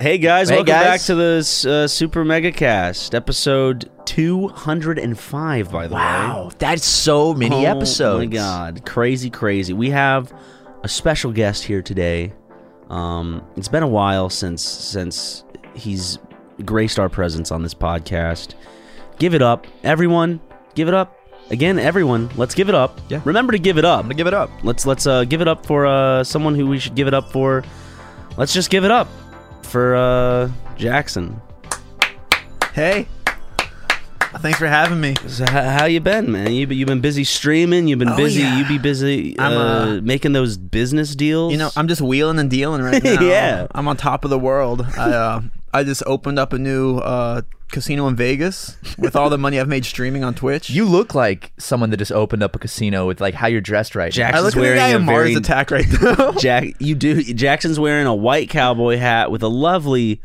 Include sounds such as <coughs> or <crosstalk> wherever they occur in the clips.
Hey guys, Hey, welcome guys. back to this uh, Super Mega Cast, episode 205, by the way. Wow, that's so many Oh episodes. my god, crazy, crazy. We have a special guest here today. Um, it's been a while since since he's graced our presence on this podcast. Give it up, everyone. Give it up again, everyone. Let's give it up. Yeah. Remember to give it up. I'm gonna give it up. Let's let's uh, give it up for uh, someone who we should give it up for. Let's just give it up for uh, Jackson. Hey, thanks for having me. So h- how you been, man? You you've been busy streaming. You've been Oh, busy. yeah. You be busy uh, I'm, uh, making those business deals. You know, I'm just wheeling and dealing <laughs> right now. Yeah. I'm on top of the world. I uh, I just opened up a new uh, casino in Vegas with all the money I've made streaming on Twitch. You look like someone that just opened up a casino with like how you're dressed right Jack- now. I look at the wearing guy a in Mars very- Attack right <laughs> now. <laughs> Jack. You do. Jackson's wearing a white cowboy hat with a lovely.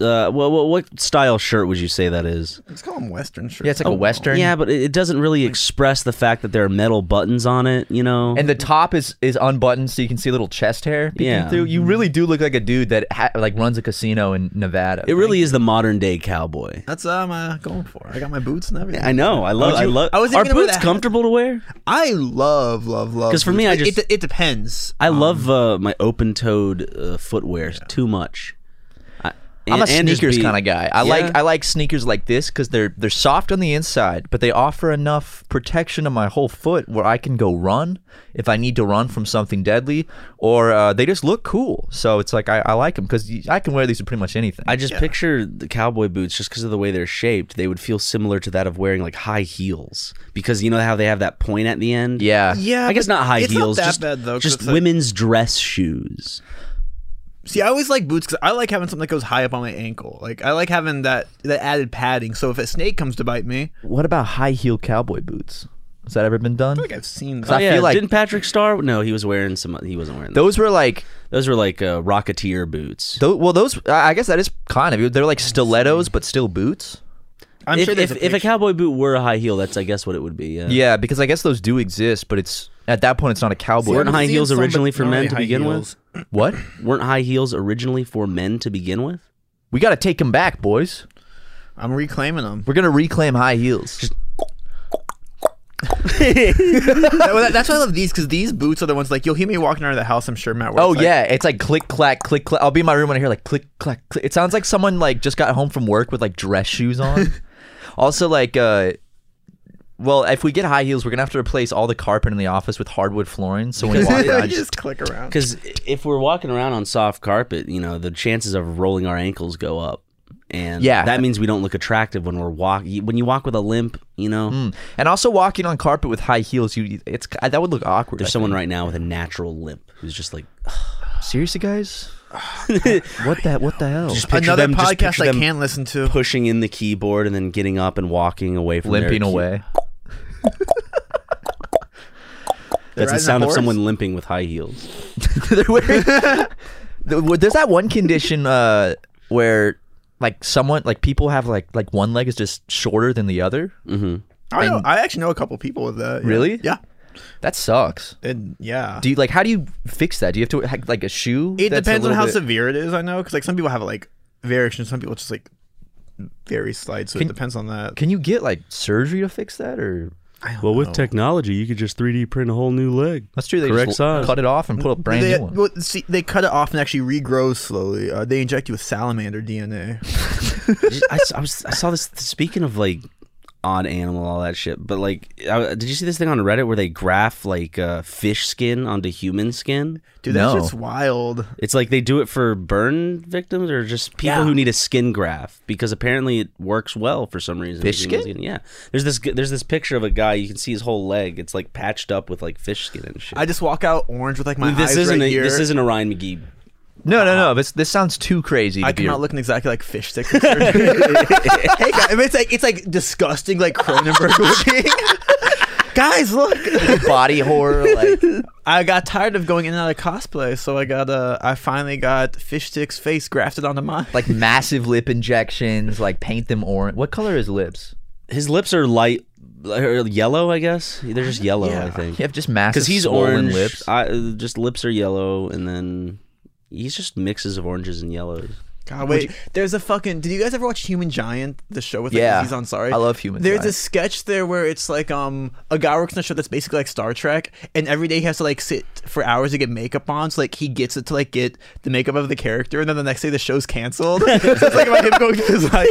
Uh, well, well, what style shirt would you say that is? Let's call him Western shirt. Yeah, it's like a western. Oh, Yeah, but it it doesn't really express the fact that there are metal buttons on it. You know, And the top is is unbuttoned, so you can see little chest hair peeking Yeah. Mm-hmm. through. You really do look like a dude that ha- like runs a casino in Nevada. it really is the modern day cowboy. That's what I'm uh, going for. I got my boots and everything. I know. I love. would I you- love. I wasn't are even gonna wear boots that. comfortable to wear? I love, love, love. 'Cause for boots. me, I It- just- it, it depends. I love uh, my open-toed uh, footwear too much. I, I'm a and- and just sneakers be- kind of guy. I Yeah. like I like sneakers like this because they're they're soft on the inside, but they offer enough protection to my whole foot where I can go run if I need to run from something deadly, or uh, they just look cool. So it's like I, I like them because I can wear these with pretty much anything. I just picture the cowboy boots just because of the way they're shaped. They would feel similar to that of wearing like high heels because you know how they have that point at the end. yeah, Yeah, I guess but not high it's not heels. that just bad, though, 'cause just it's like- women's dress shoes. See, I always like boots because I like having something that goes high up on my ankle. Like I like having that that added padding. So if a snake comes to bite me, What about high heel cowboy boots? Has that ever been done? I think I've seen. Oh, I That. feel like- didn't Patrick Star? No, he was wearing some. He wasn't wearing those. Those were like, Those were like uh, rocketeer boots. tho- well, those I I guess that is kind of they're like stilettos but still boots. I'm if, sure there's if, a if a picture. cowboy boot were a high heel, that's I guess what it would be. Yeah. Yeah, because I guess those do exist, but it's at that point it's not a cowboy. Weren't high heels originally for men to begin with? what? Weren't high heels originally for men to begin with? We got to take them back, boys. I'm reclaiming them. <laughs> We're gonna reclaim high heels. Well, that- that's why I love these because these boots are the ones like you'll hear me walking around the house. I'm sure Matt. where Oh it's like, yeah, it's like click clack click clack. I'll be in my room when I hear like click clack. click. It sounds like someone like just got home from work with like dress shoes <laughs> on. also like uh well, if we get high heels, we're gonna have to replace all the carpet in the office with hardwood flooring. So when <laughs> we <laughs> walk I around, just click around. Because if we're walking around on soft carpet, you know, the chances of rolling our ankles go up. And Yeah. that means we don't look attractive when we're walk. When you walk with a limp, you know, Mm. and also walking on carpet with high heels, you it's that would look awkward. there's I someone right now with a natural limp who's just like, think. seriously, <sighs> guys. what that? What the hell? just picture Another them, just podcast picture I them can't listen to. pushing in the keyboard and then getting up and walking away from their Limping key- away. That's the riding a sound of horse? someone limping with high heels. <laughs> They're wearing- There- well, There's that one condition uh, where like someone like people have like like one leg is just shorter than the other. I, know, I actually know a couple people with that. yeah. Really? Yeah. That sucks. And yeah. Do you like how do you fix that? Do you have to ha- like a shoe? it that's a depends on little how bit- severe it is. I know because like some people have like variation. Some people just like very slight. So it depends on that. Can you get like surgery to fix that or? Well, with technology, you could just 3D print a whole new leg. That's true. They Correct just size. cut it off and put a brand they, new one. well, see, they cut it off and actually regrows slowly. Uh, they inject you with salamander DNA. I, s- I was I saw this. Speaking of like odd animal, all that shit. But like, I, did you see this thing on Reddit where they graph like uh, fish skin onto human skin? Dude, that's No. just wild. It's like they do it for burn victims or just people who need a skin graft because apparently it works well for some reason. Fish with human skin? Yeah. There's this g- there's this picture of a guy you can see his whole leg. It's like patched up with like fish skin and shit. I just walk out orange with like my this eyes isn't right a, here. this isn't a Ryan McGee No, no, no. This this sounds too crazy. I to come be- out looking exactly like <laughs> fish sticks. hey guys, I mean, it's like it's like disgusting, like Cronenberg looking. <laughs> guys, look! <laughs> body horror. Like, <laughs> I got tired of going in and out of cosplay, so I got uh, I finally got fish sticks face grafted onto mine. like massive lip injections. Like paint them orange. What color is lips? His lips are light or yellow, I guess. They're just yellow, I think. You have just massive. Because he's swollen orange. Lips. I, uh, just lips are yellow, and then he's just mixes of oranges and yellows. God, wait. there's a fucking. Did you guys ever watch Human Giant? The show with like, Yeah. Aziz Ansari. I love Human There's a Giant. sketch there where it's like um a guy works on a show that's basically like Star Trek, and every day he has to like sit for hours to get makeup on. So like he gets it to like get the makeup of the character, and then the next day the show's canceled. <laughs> so it's like about him going through his life <laughs> like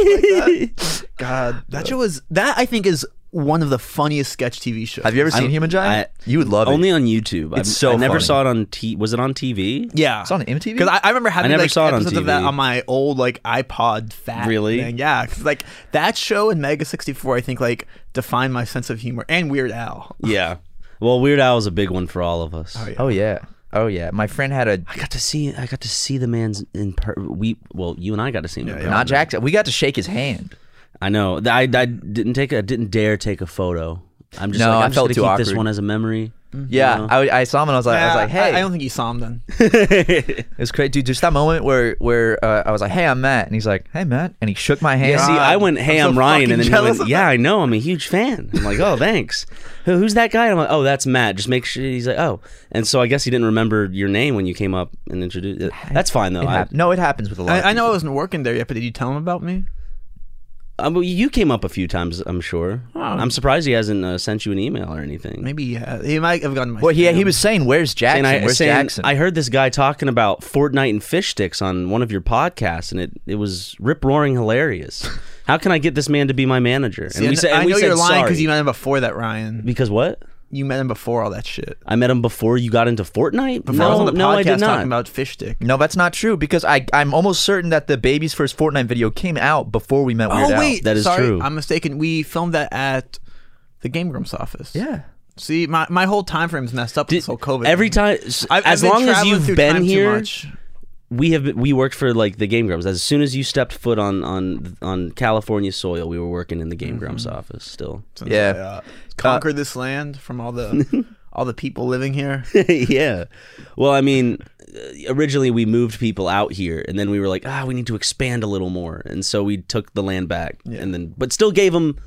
that. God, that show was that I think is one of the funniest sketch TV shows. Have you ever seen Human Giant? I- you would love Only it. on YouTube. I've- so I never funny. saw it on T. Was it on TV? Yeah, It's on MTV? Because I, I remember having never like saw it on episodes of that TV. on my old like iPod fat. Really? Thing. Yeah, 'cause, like that show and Mega sixty four, I think like defined my sense of humor and Weird Al. Yeah. Well, Weird Al was a big one for all of us. yeah. Oh yeah. Oh yeah. My friend had a I got to see. I got to see the man's in. Per- we well, you and I got to see him. in not Jackson. We got to shake his hand. I know. I, I didn't take. a- I didn't dare take a photo. I'm just No, like I I'm just felt gonna too keep this awkward. Mm. one as a memory. Yeah, I, I saw him and I was like, I was like, hey, I, don't think you saw him then. it was crazy, dude. Just that moment where where uh, I was like, hey, I'm Matt, and he's like, hey, Matt, and he shook my hand. See, I went, "Hey, I'm I'm, so Ryan," and fucking then he jealous went, of "Yeah, I know. I'm a huge fan." I'm like, "Oh, thanks." <laughs> Who, who's that guy? And I'm like, "Oh, that's Matt. Just make sure." He's like, "Oh," and so I guess he didn't remember your name when you came up and introduced. uh, That's fine though. It I, hap- no, it happens with a lot. of I, I know I people. wasn't working there yet, but did you tell him about me? I mean, uh, you came up a few times. I'm sure. I'm surprised he hasn't uh, sent you an email or anything. Oh. Maybe he, had, he might have gotten my. Well, he he spam. was saying, where's And Jackson? I where's saying, Jackson? I heard this guy talking about Fortnite and fish sticks on one of your podcasts, and it, it was rip roaring <laughs> hilarious. How can I get this man to be my manager? See, I kn- I we know said you're lying because sorry. you met him before that, Ryan. because what? You met him before all that shit. I met him before you got into Fortnite. Before no, I was on the no, podcast I did not. talking about fish stick. no, that's not true because I I'm almost certain that the baby's first Fortnite video came out before we met Weird oh Al. wait, That is sorry, true. I'm mistaken. We filmed that at the Game Grumps office. Yeah. See, my, my whole time frame's messed up with this whole COVID. Every thing. time, s- I've- I've as been long as traveling you've through been time too here, <laughs> much. we have been- we worked for like the Game Grumps. As soon as you stepped foot on on on California soil, we were working in the Game Grumps Mm-hmm. office. Still, since Yeah. I, uh, conquered this land from all the all the people living here. <laughs> <laughs> yeah. Well, I mean, uh, originally we moved people out here, and then we were like, ah, we need to expand a little more, and so we took the land back, and then but still gave them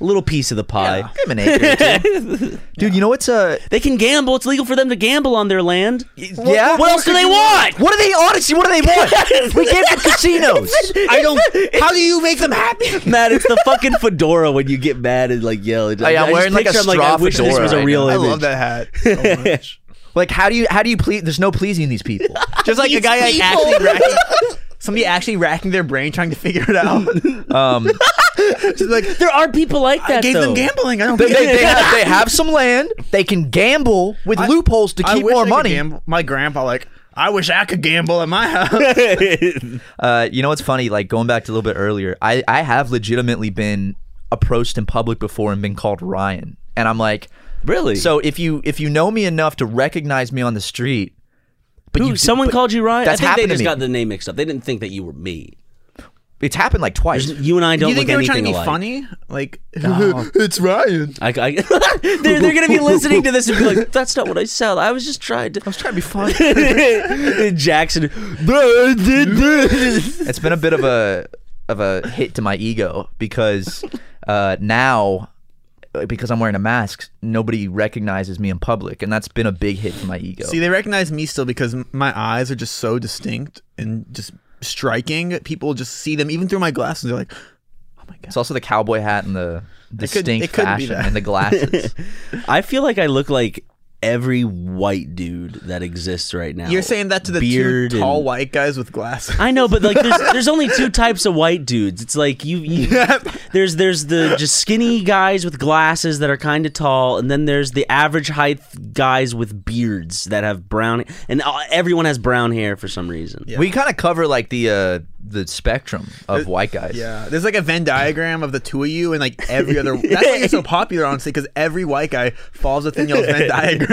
a little piece of the pie. Give him an acre or two. <laughs> Dude, you know what's uh, a They can gamble; it's legal for them to gamble on their land. yeah? What else do they want? What do they honestly? What do they want? we gave them casinos. I don't. How do you make them happy? Matt, it's the fucking fedora when you get mad and like yell. yeah, I'm wearing, like, a I straw wish this fedora was a right real now. I image. love that <laughs> hat so much. Like, how do you how do you please? There's no pleasing these people. Just like a guy like, actually racking, somebody actually racking their brain trying to figure <laughs> it out. Um, Just like There are people like that. I gave though. them gambling. I don't. they, think they, they have, they have some land. They can gamble with loopholes to <laughs> I keep wish I more could money. gamble. My grandpa like. I wish I could gamble <laughs> at my house. Uh, you know what's funny? Like going back to a little bit earlier, I, I have legitimately been approached in public before and been called Ryan, and I'm like, Really? So if you if you know me enough to recognize me on the street, but Who, you someone but called you Ryan. I That's think happened they just to me. got the name mixed up. They didn't think that you were me. it's happened like twice. You and I Do don't you look think they were anything trying to be alike. funny? Like, <laughs> it's Ryan. I, I, <laughs> they're they're <laughs> gonna be listening to this and be like, "That's not what I sell. I was just trying to." I was trying to be <laughs> funny. <laughs> Jackson, <laughs> "Bro, I did this." it's been a bit of a of a hit to my ego because uh, now uh, because I'm wearing a mask, nobody recognizes me in public, and that's been a big hit to my ego. See, they recognize me still because m- my eyes are just so distinct and just striking. People just see them even through my glasses. They're like, it's also the cowboy hat and the distinct it could be fashion that. and the <laughs> glasses. I feel like I look like every white dude that exists right now. "You're saying that to the Beard two tall and- white guys with glasses." I know, but like, there's, there's only two types of white dudes. It's like you, you there's there's the just skinny guys with glasses that are kind of tall, and then there's the average height guys with beards that have brown, and uh, everyone has brown hair for some reason. We kind of cover like the uh, the spectrum of white guys. <laughs> Yeah, there's like a Venn diagram of the two of you and like every <laughs> other. That's why you're so popular, honestly, because every white guy falls within <laughs> y'all's Venn diagram.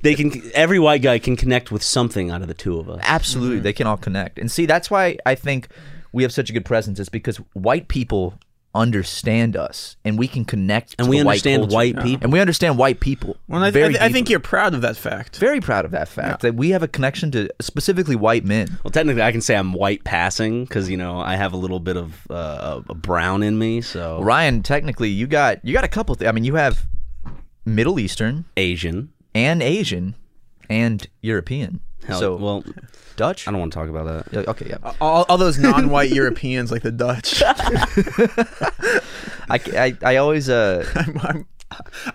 They can. Every white guy can connect with something out of the two of us. Mm-hmm. Absolutely, they can all connect. And see, that's why I think we have such a good presence. Is because white people understand us, and we can connect. And to we the understand white, white culture. people. and we understand white people. Well, I, very th- I, th- I think deeply. you're proud of that fact. very proud of that fact that we have a connection to specifically white men. Well, technically, I can say I'm white passing because you know I have a little bit of uh, a brown in me. So Ryan, technically, you got you got a couple. Th- I mean, you have Middle Eastern Asian. and Asian and European. Hell, so well, Dutch. I don't want to talk about that. Yeah, okay, yeah. All, all those <laughs> non-white Europeans, like the Dutch. <laughs> I, I, I always uh I'm, I'm,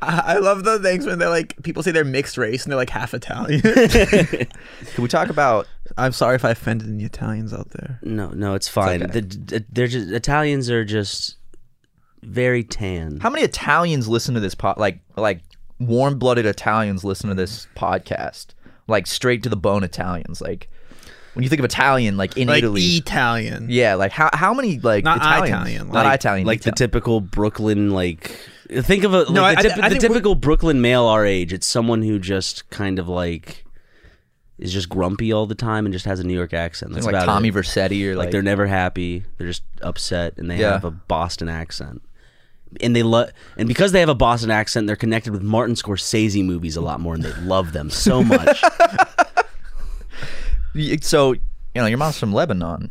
I I love the things when they're like people say they're mixed race and they're like <laughs> half Italian. can we talk about I'm sorry if I offended any Italians out there. No, no, it's fine. okay. The- they're just Italians are just very tan. how many Italians listen to this pod like like warm blooded Italians listen to this podcast like straight to the bone Italians like when you think of Italian like in Like E Italy Italian. yeah like how how many like Not Italians Italian, not like- Italian like the Ita- typical Brooklyn like think of a like, No, I- the, typ- I- the I think we're- typical Brooklyn male our age. It's someone who just kind of like is just grumpy all the time and just has a New York accent. That's like about Tommy it. Versetti or like, like, they're never happy. They're just upset and they Yeah. have a Boston accent. And they love, and because they have a Boston accent, they're connected with Martin Scorsese movies a lot more, and they love them so <laughs> much. Y- so you know your mom's from <clears throat> Lebanon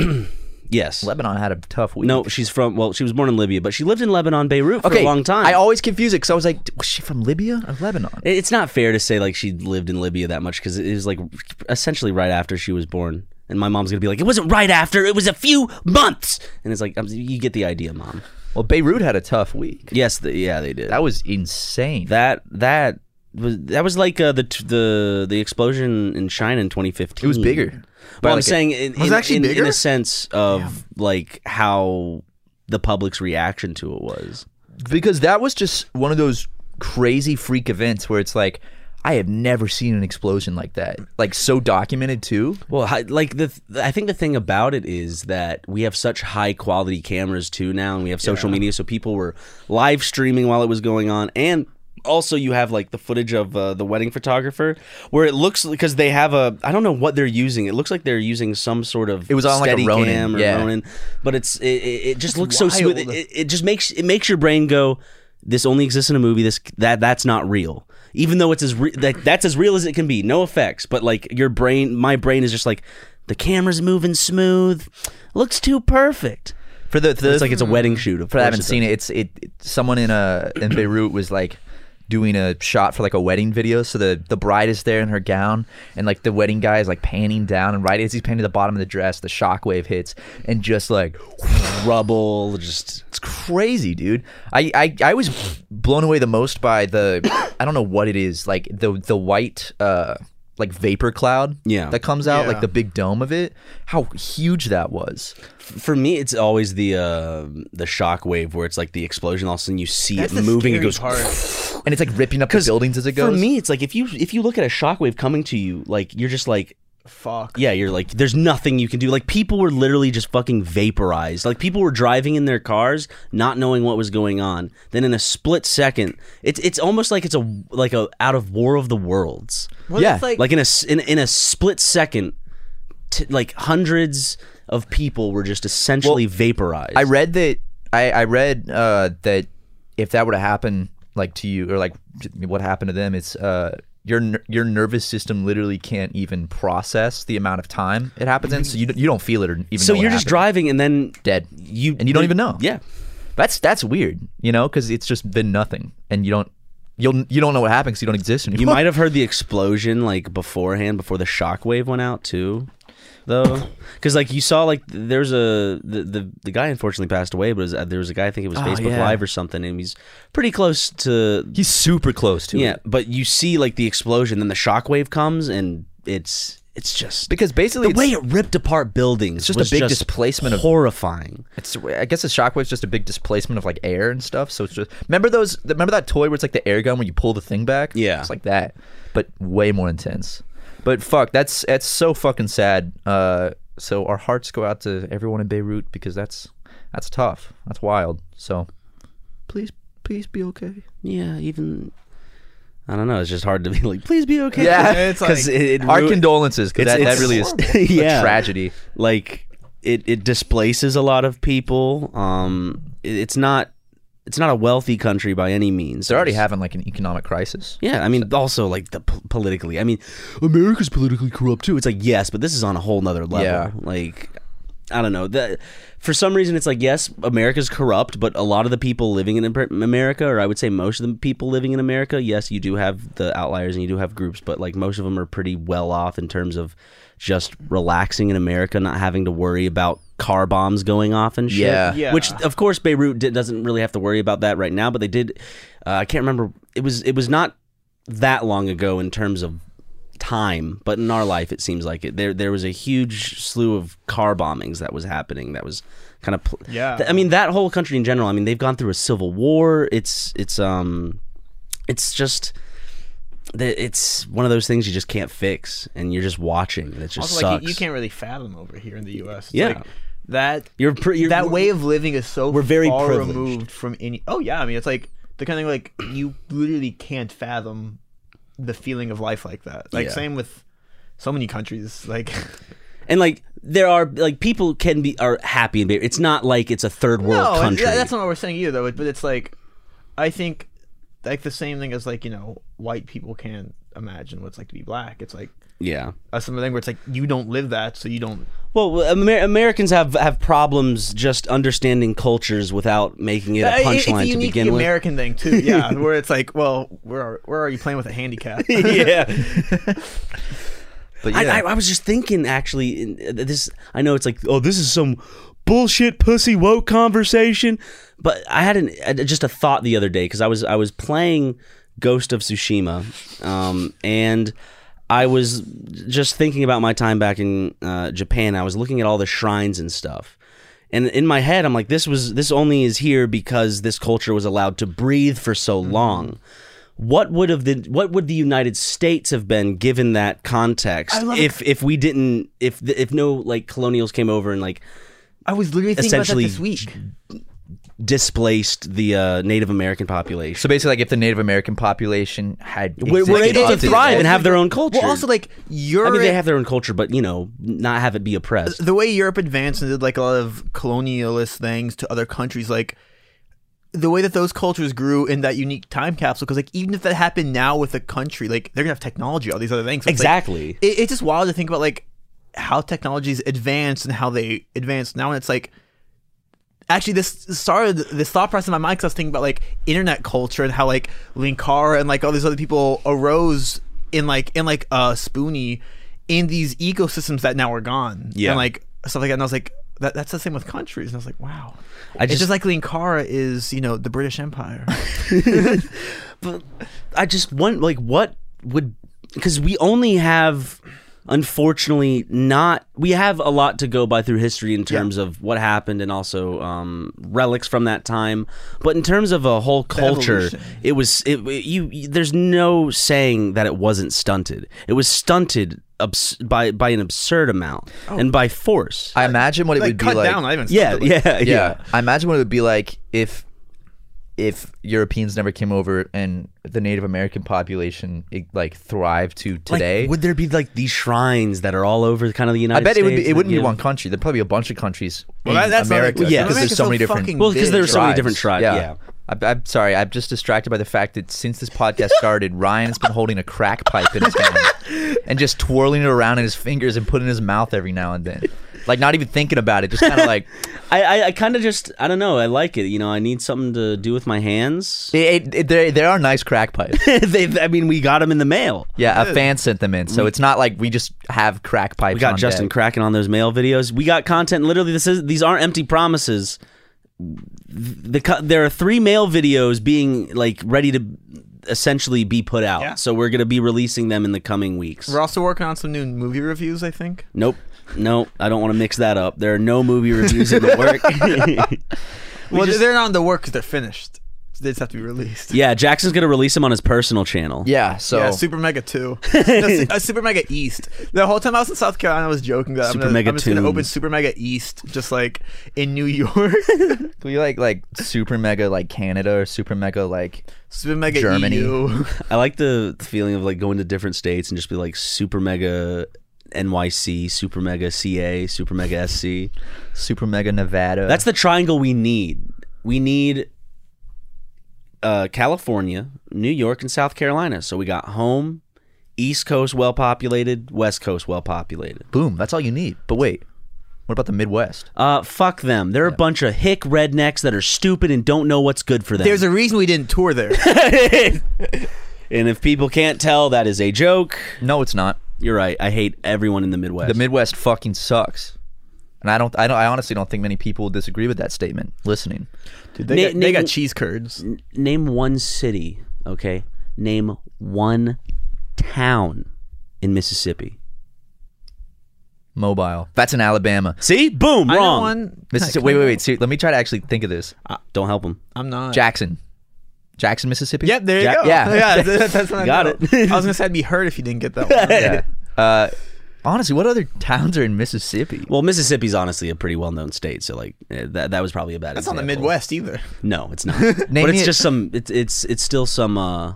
yes, Lebanon had a tough week no, she's from. Well, she was born in Libya, but she lived in Lebanon, Beirut, for okay a long time. I always confuse it because I was like was she from Libya or Lebanon It- It's not fair to say like she lived in Libya that much because it was like essentially right after she was born. And my mom's gonna be like, it wasn't right after; it was a few months. And it's like, I'm, you get the idea, mom. well Beirut had a tough week Yes, the, yeah, they did. that was insane That that was that was like uh, the t- the the explosion in China in 2015. It was bigger. By Well, I'm like a- saying in, Was it in- actually in- in bigger? a sense of like how the public's reaction to it was. because that was just one of those crazy freak events where it's like I have never seen an explosion like that, like so documented too. Well, hi- like the th- I think the thing about it is that we have such high quality cameras too now, and we have social media, so people were live streaming while it was going on, and also you have like the footage of uh, the wedding photographer where it looks because they have a I don't know what they're using. It looks like they're using some sort of It was on, like, a Steadicam Ronin, or yeah. Ronin, but it's it, it, it just looks so smooth. It, wild. it- it just makes it makes your brain go. This only exists in a movie. This that that's not real. Even though it's as re- that that's as real as it can be. No effects, but like your brain, my brain is just like the camera's moving smooth. Looks too perfect. For the, the It's like it's a wedding shoot. Of for that I haven't course seen it. It's it, it- someone in uh <clears throat> in Beirut was like doing a shot for like a wedding video. So the the bride is there in her gown, and like the wedding guy is like panning down, and right as he's panning to the bottom of the dress, the shockwave hits, and just like does. Rubble, just It's crazy, dude. I, I, I was blown away the most by the <coughs> I don't know what it is, like the the white uh like vapor cloud Yeah. that comes out, like Yeah. the big dome of it. How huge that was. for me, it's always the uh, the shock wave where it's like the explosion. All of a sudden, you see That's it the moving. It scary goes. part. And it's like ripping up the buildings as it For goes. me, it's like if you if you look at a shockwave coming to you, like you're just like Fuck. Yeah, you're like, there's nothing you can do. Like, people were literally just fucking vaporized. Like, people were driving in their cars, not knowing what was going on. Then in a split second, it's it's almost like it's a like a out of War of the Worlds. Well, Yeah, it's Like, in a s- in, in a split second, t- like hundreds of people were just essentially vaporized. I read that I, I read uh that if that were to happen like to you or like to- what happened to them, it's uh your, ner- your nervous system literally can't even process the amount of time it happens in, so you, you don't feel it or even. so know it you're just happened. driving and then dead. you and you don't even know. Yeah, That's that's weird, you know, because it's just been nothing, and you don't you'll you don't know what happens. You don't exist anymore. you might have heard the explosion like beforehand before the shockwave went out too though because like you saw like there's a the, the the guy unfortunately passed away but it was, uh, there was a guy i think it was facebook Oh, yeah. live or something and he's pretty close to <laughs> He's super close to yeah it but you see like the explosion then the shockwave comes and it's it's just because basically the way it's, it ripped apart buildings just a was big displacement of- horrifying it's I guess a shockwave's just a big displacement of like air and stuff. So it's just remember those remember that toy where it's like the air gun where you pull the thing back. Yeah. it's like that, but way more intense. But fuck, that's that's so fucking sad. Uh, So our hearts go out to everyone in Beirut because that's that's tough. That's wild. So please please be okay. Yeah, even I don't know. It's just hard to be like, please be okay. Yeah, <laughs> it's like- 'Cause it, it our ru- condolences because it's- that, that it's really is <laughs> a horrible. Yeah. tragedy. like it, it displaces a lot of people. Um, it- it's not it's not a wealthy country by any means. They're already having like an economic crisis. Yeah, I mean, also like the p- politically. I mean, America's politically corrupt too. It's like yes, but this is on a whole nother level. Yeah. Like, I don't know. That for some reason, it's like yes, America's corrupt, but a lot of the people living in Amer- America, or I would say most of the people living in America, yes, you do have the outliers and you do have groups, but like most of them are pretty well off in terms of just relaxing in America, not having to worry about car bombs going off and shit. Yeah. Yeah. Which of course Beirut di- doesn't really have to worry about that right now, but they did. Uh, I can't remember. It was it was not that long ago in terms of time, but in our life, it seems like it. There there was a huge slew of car bombings that was happening. That was kind of pl- Yeah. Th- I mean that whole country in general. I mean they've gone through a civil war. It's it's um, it's just. the- It's one of those things you just can't fix, and you're just watching, and it just also, sucks. like you, you can't really fathom over here in the U.S. It's Yeah. like, that You're pre- you're- that way of living is so We're very far privileged. removed from any. Oh yeah, I mean it's like the kind of like you literally can't fathom the feeling of life like that. Like Yeah. same with so many countries. <laughs> Like and like there are like people can be are happy in Beirut. It's not like it's a third world no, and country. yeah, that's not what we're saying either. Though, but it's like I think like the same thing as like you know white people can't imagine what it's like to be black. It's like yeah. a similar thing where it's like you don't live that, so you don't. Well, Amer- Americans have have problems just understanding cultures without making it a Uh, it's punchline to uniquely begin with. American thing too, <laughs> yeah. where it's like, well, where are, where are you playing with a <laughs> handicap? <laughs> yeah. But yeah, I, I, I was just thinking actually in- uh, this I know it's like oh this is some bullshit pussy woke conversation but I had an uh, just a thought the other day cuz I was I was playing Ghost of Tsushima um and I was just thinking about my time back in uh, Japan I was looking at all the shrines and stuff and in my head I'm like this was this only is here because this culture was allowed to breathe for so long what would have the what would the United States have been given that context if if we didn't if the, if no like colonials came over and like I was literally thinking about that Essentially, this week. displaced the uh, Native American population? so basically, like if the Native American population had We're, we're existed able to up this thrive point- and have their own culture. Well, also like Europe, I mean, they have their own culture, but you know, not have it be oppressed. the way Europe advanced and did like a lot of colonialist things to other countries, like the way that those cultures grew in that unique time capsule. Because like even if that happened now with a country, like they're gonna have technology, all these other things. So it's, like, Exactly. it, it's just wild to think about like how technologies advanced and how they advanced now and it's like actually this started this thought process in my mind because i was thinking about like internet culture and how like linkara and like all these other people arose in like in like uh spoony in these ecosystems that now are gone Yeah. and like stuff like that and i was like that, that's the same with countries and i was like wow I it's just- just like linkara is you know the <laughs> british empire I just want like what would because we only have unfortunately not we have a lot to go by through history in terms of what happened and also um, relics from that time but in terms of a whole culture evolution. it was it, it- you, you- there's no saying that it wasn't stunted it was stunted abs- by by an absurd amount and by force I imagine what it like would be cut like. down not even <laughs> yeah, something, like, yeah yeah yeah. I imagine what it would be like if if Europeans never came over and the Native American population it, like thrived to Like, today. would there be like these shrines that are all over kind of the I United bet States it would be. It that wouldn't be give- one country. There'd probably be a bunch of countries. Well, in that- that's not like- America Yeah. because there's America's so so many fucking different. well because there are so many different tribes yeah. I, I'm sorry. I'm just distracted by the fact that since this podcast started, Ryan's been holding a crack pipe in his hand and just twirling it around in his fingers and putting it in his mouth every now and then, like not even thinking about it, just kind of like I, I, I kind of just I don't know. I like it. You know, I need something to do with my hands. <laughs> it, it, it, there. There are nice crack pipes. they, I mean, we got them in the mail. Yeah, a fan sent them in, so it's not like we just have crack pipes. We got Justin cracking on those mail videos. We got content. Literally, this is these aren't empty promises. The co- there are three mail videos being like ready to essentially be put out. Yeah. So we're gonna be releasing them in the coming weeks. we're also working on some new movie reviews i think Nope. Nope. I don't want to mix that up. There are no movie reviews in the work. <laughs> well, they're not in the work because they're finished. They just have to be <laughs> released. Yeah, Jackson's gonna release him on his personal channel. Yeah, so Yeah, Super <laughs> Mega Two, No, Su- uh, Super Mega East. The whole time I was in South Carolina, I was joking that Super I'm, gonna, Mega I'm just gonna open Tunes. Super Mega East, just like in New York. <laughs> can we like like super mega like Canada or super mega like Super Mega E <laughs> Germany. EU. I like the feeling of like going to different states and just be like super mega NYC, super mega CA, super mega SC. super mega Nevada? That's the triangle we need. We need uh, California, New York, and South Carolina. So we got home, East Coast well populated, West Coast well populated. boom. That's all you need. But wait, what about the Midwest? Uh, fuck them. They're a bunch of hick rednecks that are stupid and don't know what's good for them. There's a reason we didn't tour <laughs> there. and if people can't tell, that is a joke. No, it's not. You're right. I hate everyone in the Midwest. The Midwest fucking sucks. And I don't, I don't, I honestly don't think many people will disagree with that statement. Listening, Dude, they, Na- got, they na- got cheese curds. name one city, okay? Name one town in Mississippi. mobile. That's in Alabama. See? Boom, I know wrong. Uh, one- Mississippi. Wait, wait, wait. See, let me try to actually think of this. Don't help him. I'm not. Jackson, Jackson, Mississippi. Yep, there you Jack- go. <laughs> <laughs> yeah. that's that's what I Got know. it. I was gonna say I'd be hurt if you didn't <laughs> get that one. Yeah. <laughs> Uh, honestly, what other towns are in Mississippi? Well, Mississippi's honestly a pretty well-known state, so like eh, that, that was probably a bad. That's not the example. Midwest either. No, it's <laughs> not. but it's it- just some. It's it's it's still some. uh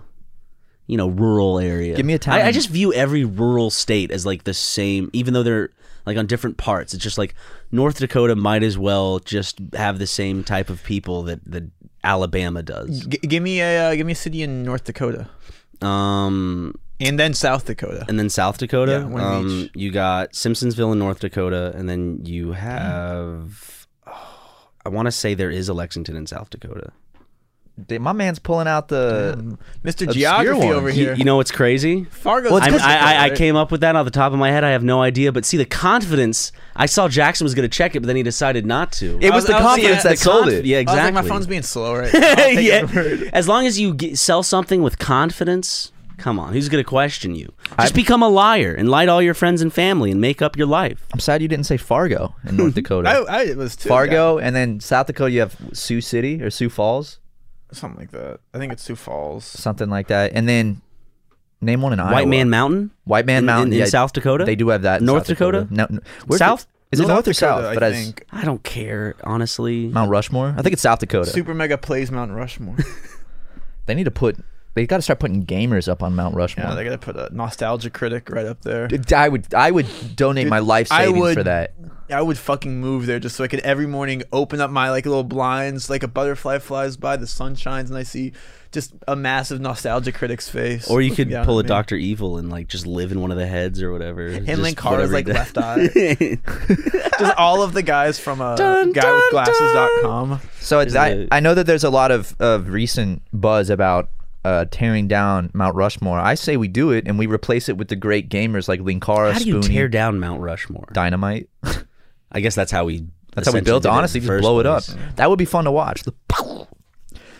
you know, rural area. Give me a town. I, I just view every rural state as like the same, even though they're like on different parts. It's just like North Dakota might as well just have the same type of people that that Alabama does. G- give me a uh, give me a city in North Dakota, Um, and then South Dakota. and then South Dakota. Yeah, one of um, each. you got Simpsonsville in North Dakota, and then you have. oh, I want to say there is a Lexington in South Dakota. Dude, my man's pulling out the. Mr. Geography one. over You- here. You know what's crazy? Fargo. Well, it's I'm, 'cause- I, I, I came up with that off the top of my head. I have no idea, but see the confidence. I saw Jackson was going to check it, but then he decided not to. It I was was- the I was- confidence yeah, that The sold conf- it. Yeah, exactly. I was like, my <laughs> phone's being slow <laughs> right now. I'll take it yeah. over. As long as you get, sell something with confidence, come on, who's going to question you? Just become a liar and lie to all your friends and family and make up your life. I'm sad you didn't say Fargo in <laughs> North Dakota. I, I was too. Fargo, and then South Dakota, you have Sioux City or Sioux Falls, yeah. something like that. I think it's Sioux Falls. something like that. And then name one in Iowa. White Man Mountain? White Man in- in- Mountain in yeah, South Dakota? They do have that. in North South Dakota? No, no- where's South? It? Is it North or South? Dakota, But I as- think I don't care, honestly. Mount Rushmore. I think it's South Dakota. Super Mega plays Mount <laughs> Rushmore. They need to put. They got to start putting gamers up on Mount Rushmore. yeah, they gotta put a nostalgia critic right up there. I would. I would donate Dude, my life I savings would- for that. I would fucking move there just so I could every morning open up my like little blinds, like a butterfly flies by, the sun shines, and I see just a massive nostalgia critic's face. Or you could Yeah, pull a I mean, Doctor Evil and like just live in one of the heads or whatever. And Just Link Cara's whatever like he <laughs> left does. eye. just all of the guys from uh, Dun, dun, guywithglasses.com. So it's, I, it- I know that there's a lot of, of recent buzz about uh, tearing down Mount Rushmore. I say we do it and we replace it with the great gamers like Linkara, How do you Spoonie, tear down Mount Rushmore? Dynamite. <laughs> I guess that's how we. That's how we built it. Honestly, just blow it up. That would be fun to watch. The-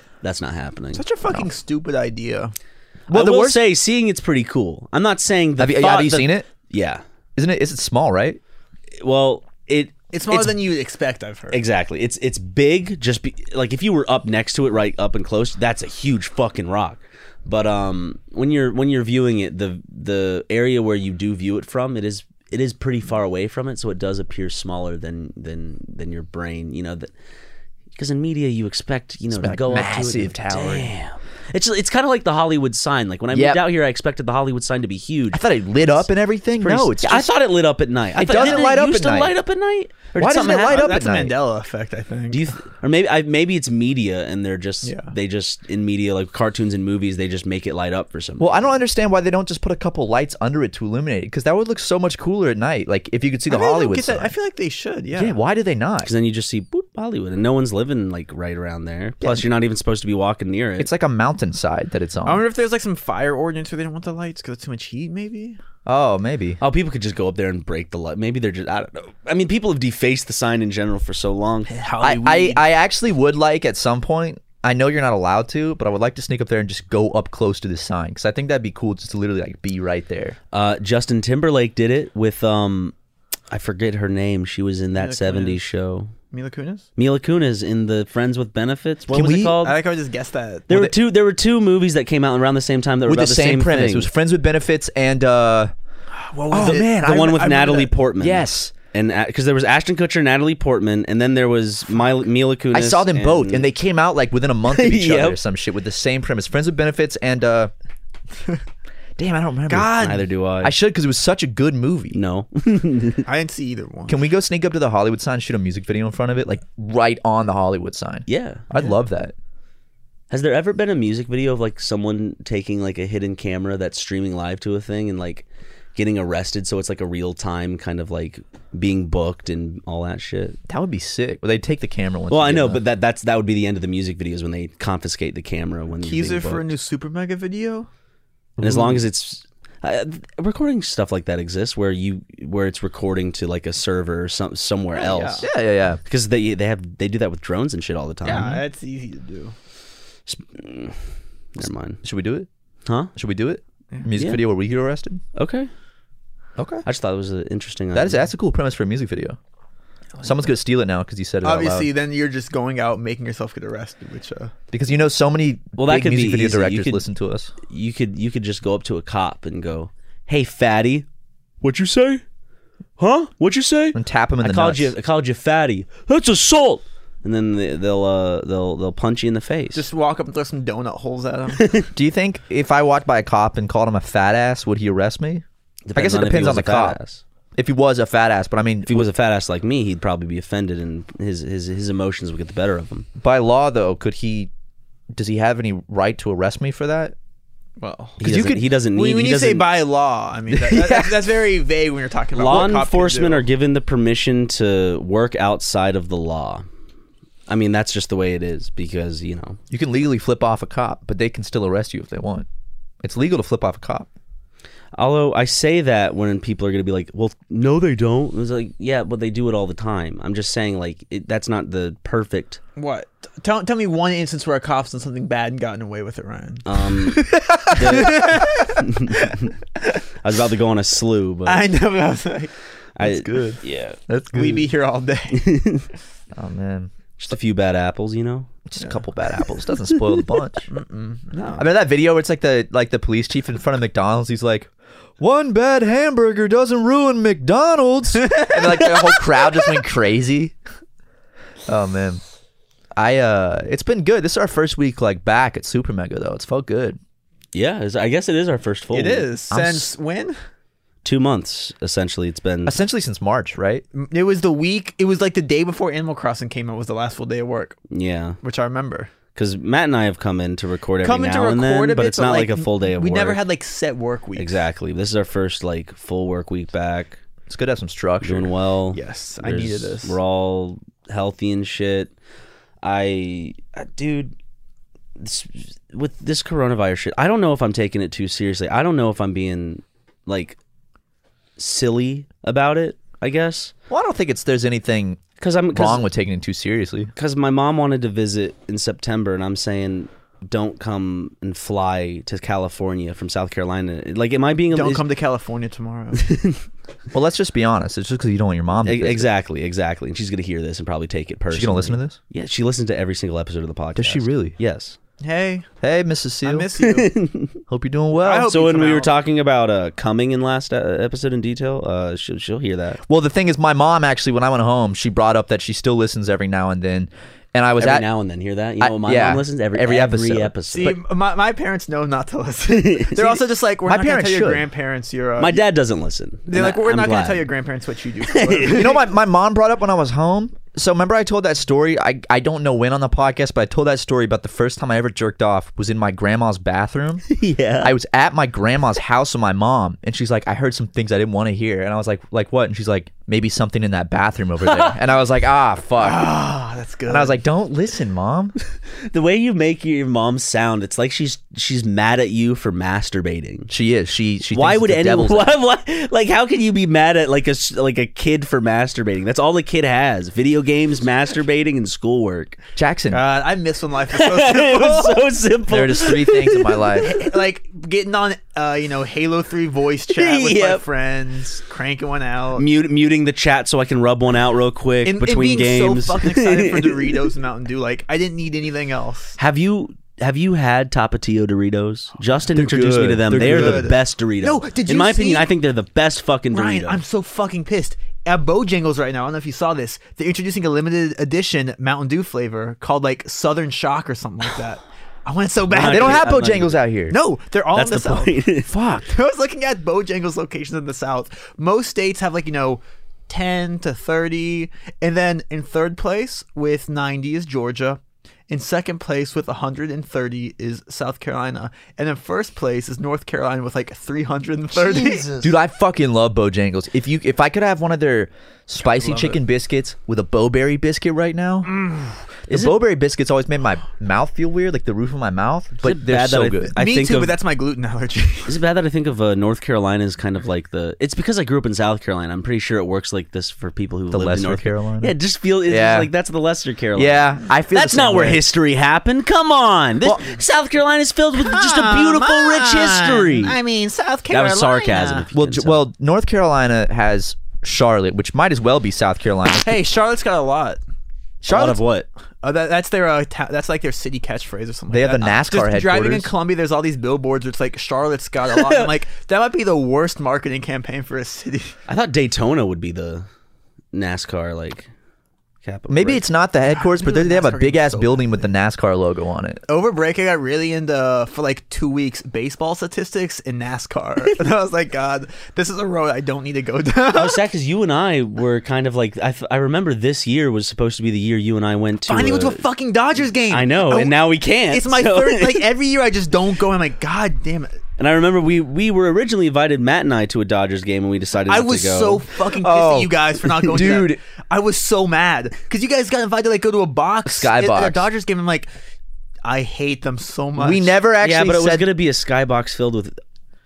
<laughs> That's not happening. Such a fucking stupid idea. well, Well, I the will worst- say, seeing it's pretty cool. I'm not saying the have you, thought have you that- seen it? Yeah. Isn't it? Is it small? Right? Well, it It's smaller than you'd expect, I've heard. exactly. It's it's big. Just be, like if you were up next to it, right up and close, that's a huge fucking rock. But um, when you're when you're viewing it, the the area where you do view it from, it is it is pretty far away from it, so it does appear smaller than than than your brain. You know that because in media you expect you know to like go massive up to it and- tower. Damn. It's it's kind of like the Hollywood sign. Like when I Yep. moved out here, I expected the Hollywood sign to be huge. I thought it lit up and everything. No, it's I just, thought it lit up at night. I It thought, doesn't didn't light up used at to night. light up at night. Or Why did doesn't something it light happen? up That's at a night? Mandela effect, I think. Do you, th- or maybe I, maybe it's media, and they're just Yeah. they just in media like cartoons and movies, they just make it light up for some. Well, I don't understand why they don't just put a couple lights under it to illuminate it because that would look so much cooler at night. Like if you could see the I really don't Hollywood get that. sign. I feel like they should, yeah. yeah, why do they not? because then you just see boop Hollywood, and no one's living like right around there. Plus, you're not even supposed to be walking near it. It's like a mountainside that it's on. I wonder if there's like some fire ordinance where they don't want the lights because it's too much heat, maybe? oh, maybe. oh, people could just go up there and break the light. Maybe they're just I don't know. I mean, people have defaced the sign in general for so long. I, I, I actually would like at some point. I know you're not allowed to, but I would like to sneak up there and just go up close to the sign because I think that'd be cool just to literally like be right there. Uh, Justin Timberlake did it with um, I forget her name. She was in that '70s show. Mila Kunis? Mila Kunis in the Friends with Benefits. What Can was it we- called? I like how I just guessed that. there were two. There were two movies that came out around the same time that were with about the same, premise. thing. It was Friends with Benefits and uh, What was Oh, it? man. the I one rem- with I remember Natalie that. Portman. Yes. and because there was Ashton Kutcher, Natalie Portman, and then there was My, Mila Kunis. I saw them both, and they came out like within a <laughs> month of each Yep. other or some shit with the same premise. Friends with Benefits <laughs> and uh, damn, I don't remember. <laughs> God, Neither do I. I should because it was such a good movie. <laughs> no. <laughs> I didn't see either one. Can we go sneak up to the Hollywood sign, shoot a music video in front of it, like right on the Hollywood sign? yeah. I'd love that. Has there ever been a music video of like someone taking like a hidden camera that's streaming live to a thing and like getting arrested? So it's like a real time kind of like being booked and all that shit. That would be sick. Well, they'd take the camera. Once Well, you I get know, them. but that that's that would be the end of the music videos when they confiscate the camera when you're Teaser being for a booked. new Super Mega video? and as long as it's uh, recording stuff like that exists where you where it's recording to like a server or some somewhere else yeah, yeah, yeah. because they they have they do that with drones and shit all the time. Yeah, that's easy to do. Never mind, Should we do it? huh? Should we do it? Music Yeah. video where we get arrested? Okay, Okay. I just thought it was an interesting. That is idea. that's a cool premise for a music video. Someone's gonna steal it now because you said it out Obviously, loud. then you're just going out making yourself get arrested, which uh, because you know so many Well, that big could be music video easy. You directors could- listen to us. you could you could just go up to a cop and go, "Hey, fatty, what you say? Huh? What you say? and tap him in I the called nuts. you I called you fatty. That's assault." And then they, they'll uh, they'll they'll punch you in the face. just walk up and throw some donut holes at <laughs> him. Do you think if I walked by a cop and called him a fat ass, would he arrest me? I guess it if he depends was on a the fat cop. ass. If he was a fat ass, but I mean, If he was a fat ass like me, he'd probably be offended, and his his his emotions would get the better of him. by law though, could he? Does he have any right to arrest me for that? well, He 'Cause you doesn't, could- he doesn't need. when, when he you say doesn't- by law, I mean that, that- that's, that's very vague when you're talking about law what a cop can enforcement do. are given the permission to work outside of the law. I mean, that's just the way it is because you know. You can legally flip off a cop, but they can still arrest you if they want. It's legal to flip off a cop. Although I say that when people are going to be like, "Well, no, they don't." It's like, yeah, but they do it all the time. I'm just saying, like, it, that's not the perfect. What? T- Tell, tell me one instance where a cop's done something bad and gotten away with it, Ryan. Um, <laughs> <laughs> the- I was about to go on a slew, but I know. But I was like, I- good. Yeah, That's we'd be here all day. <laughs> Oh man, just a few bad apples, you know. just a couple bad apples doesn't spoil the bunch. <laughs> no. I remember that video where it's like the like the police chief in front of McDonald's. He's like, "One bad hamburger doesn't ruin <laughs> McDonald's," and like the whole crowd just went crazy. Oh man, I uh, it's been good. This is our first week like back at Super Mega though. It's felt good. Yeah, it's- I guess it is our first full. It week. is I'm since when? two months essentially. It's been Essentially since March, right? It was the week. It was like the day before Animal Crossing came out. Was the last full day of work, yeah, which I remember. because Matt and I have come in to record every Coming now to record and then, a bit, but it's not like, a full day of we work. never had like set work week. exactly. This is our first like full work week back. It's good to have some structure. doing well. Yes, I needed There's- this. We're all healthy and shit. I, I- dude, this, with this coronavirus shit, I don't know if I'm taking it too seriously. I don't know if I'm being like silly about it. I guess Well, I don't think it's there's anything because I'm cause, wrong with taking it too seriously. 'cause my mom wanted to visit in September, and I'm saying. Don't come and fly to California from South Carolina. Like, am I being a Don't is- come to <laughs> California tomorrow. Well, let's just be honest. It's just because you don't want your mom. To e- visit. exactly, exactly? And she's gonna hear this and probably take it personally. She gonna listen to this? Yeah, she listens to every single episode of the podcast. Does she really? Yes. hey, Hey, Mrs. I Seal. miss you. Hope you're doing well. I hope so you when come we were out. talking about uh, coming in last uh, episode in detail, uh, she'll she'll hear that. Well, the thing is, my mom actually, when I went home, she brought up that she still listens every now and then, and I was Every at now and then, hear that. You know, I- my yeah. mom listens every Every episode. See, my, my parents know not to listen. <laughs> They're also just like, we're my not going to parents tell your should. grandparents your. Uh, my dad doesn't listen. They're and like, I- we're I'm not going glad. to tell your grandparents what you do. For <laughs> work." you know, my, my mom brought up when I was home. So remember, I told that story. I I don't know when on the podcast, but I told that story about the first time I ever jerked off was in my grandma's bathroom. <laughs> Yeah. I was at my grandma's house with my mom, and she's like, I heard some things I didn't want to hear, and I was like, like what? And she's like, maybe something in that bathroom <laughs> over there, and I was like, ah, fuck. Ah, that's good. And I was like, "Don't listen, mom." the way you make your mom sound, it's like she's she's mad at you for masturbating. She is. She. She. Why thinks would it's the anyone? devil's <laughs> Why, why, like, how can you be mad at like a s- like a kid for masturbating? That's all the kid has: video games, masturbating, and schoolwork. <laughs> Jackson. Ah. God, I miss when life was so simple. <laughs> it was so simple. <laughs> there are just three things in my life. like getting on uh, you know, Halo Three voice chat with my Yep. friends, cranking one out. Mute, muting the chat so I can rub one out real quick and, and between being games. so fucking <laughs> excited for Doritos and Mountain Dew. Like I didn't need anything else. have you have you had Tapatio Doritos? Justin introduced me to good. them. They're They're, the good. best Doritos. No, did In you my see- opinion, I think they're the best fucking Ryan, Doritos. I'm so fucking pissed. At Bojangles right now, I don't know if you saw this. They're introducing a limited edition Mountain Dew flavor called like Southern Shock or something like <sighs> that. I want it so bad. Not They don't good. have I'm not Bojangles out here. No, they're all That's in the, the south. point. Fuck. <laughs> I was looking at Bojangles locations in the South. Most states have like, you know, 10 to 30. And then in third place with 90 is Georgia. In second place with 130 is South Carolina. And in first place is North Carolina with like 330. Dude, I fucking love Bojangles. If you if I could have one of their spicy chicken biscuits with a bowberry biscuit right now, the bowberry biscuits always made my mouth feel weird, like the roof of my mouth. But it they're bad so that I- good. I- Me think too, of- but that's my gluten allergy. Is it bad that I think of uh, North Carolina as kind of like the? It's because I grew up in South Carolina. I'm pretty sure it works like this for people who live in lesser North Carolina? Yeah, just feel it's Yeah. just like that's the lesser Carolina. yeah, I feel that's the same not where way. history happened. Come on, this, Well- South Carolina is filled with <laughs> just a beautiful, rich history. mean, South that was sarcasm. If you Well, couldn't J- tell. well, North Carolina has Charlotte, which might as well be South Carolina. Hey, Charlotte's got a lot. a lot Charlotte of what? Oh, that, that's their uh, ta- that's like their city catchphrase or something. They like have the that. NASCAR Just driving in headquarters. Columbia, there's all these billboards. Where it's like Charlotte's got a lot. I'm <laughs> like that might be the worst marketing campaign for a city. I thought Daytona would be the NASCAR like capital. Maybe right? it's not the headquarters, but they Dude, they have a NASCAR big game's ass so building with the NASCAR logo on it. Over break, I got really into uh, for like two weeks baseball statistics <laughs> and NASCAR, and I was like, God, this is a road I don't need to go down. I was sad because Oh, you and I were kind of like I, th- I remember this year was supposed to be the year you and I went to. <laughs> Finally, went to uh, a fucking Dodgers game. I know, Oh, and now we can't. it's my so- <laughs> third. Like every year, I just don't go. I'm like, God damn it. And I remember we we were originally invited Matt and I to a Dodgers game, and we decided I not was to go. so fucking pissed Oh, at you guys for not going. to dude. that. I was so mad because you guys got invited to like go to a box, A at- at a skybox. Dodgers game. I'm like, I hate them so much. We never actually yeah, but it was said going to be a skybox filled with.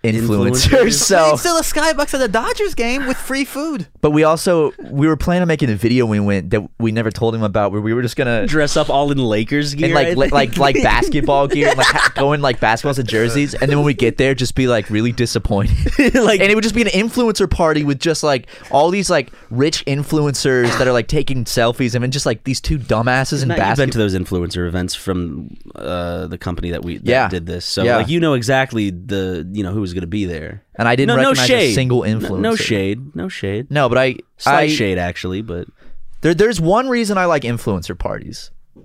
influencers, influencers. But so it's still a skybox at a Dodgers game with free food. But we also we were planning on making a video when we went that we never told him about where we were just gonna Dress up all in Lakers gear, and I like li- like think. <laughs> like basketball gear, and like ha- going like basketballs and jerseys, and then when we get there, just be like really <laughs> disappointed. Like- and it would just be an influencer party with just like all these like rich influencers that are like taking selfies, and then just like these two dumbasses in Matt, you've been to basketball. those influencer events from uh, the company that we that Yeah. did this, so Yeah. like you know exactly the you know who was going to be there. And I didn't no, no recognize a shade. single No- No, influencer. shade, no shade, No, but I slight I shade actually, but there there's one reason I like influencer parties, a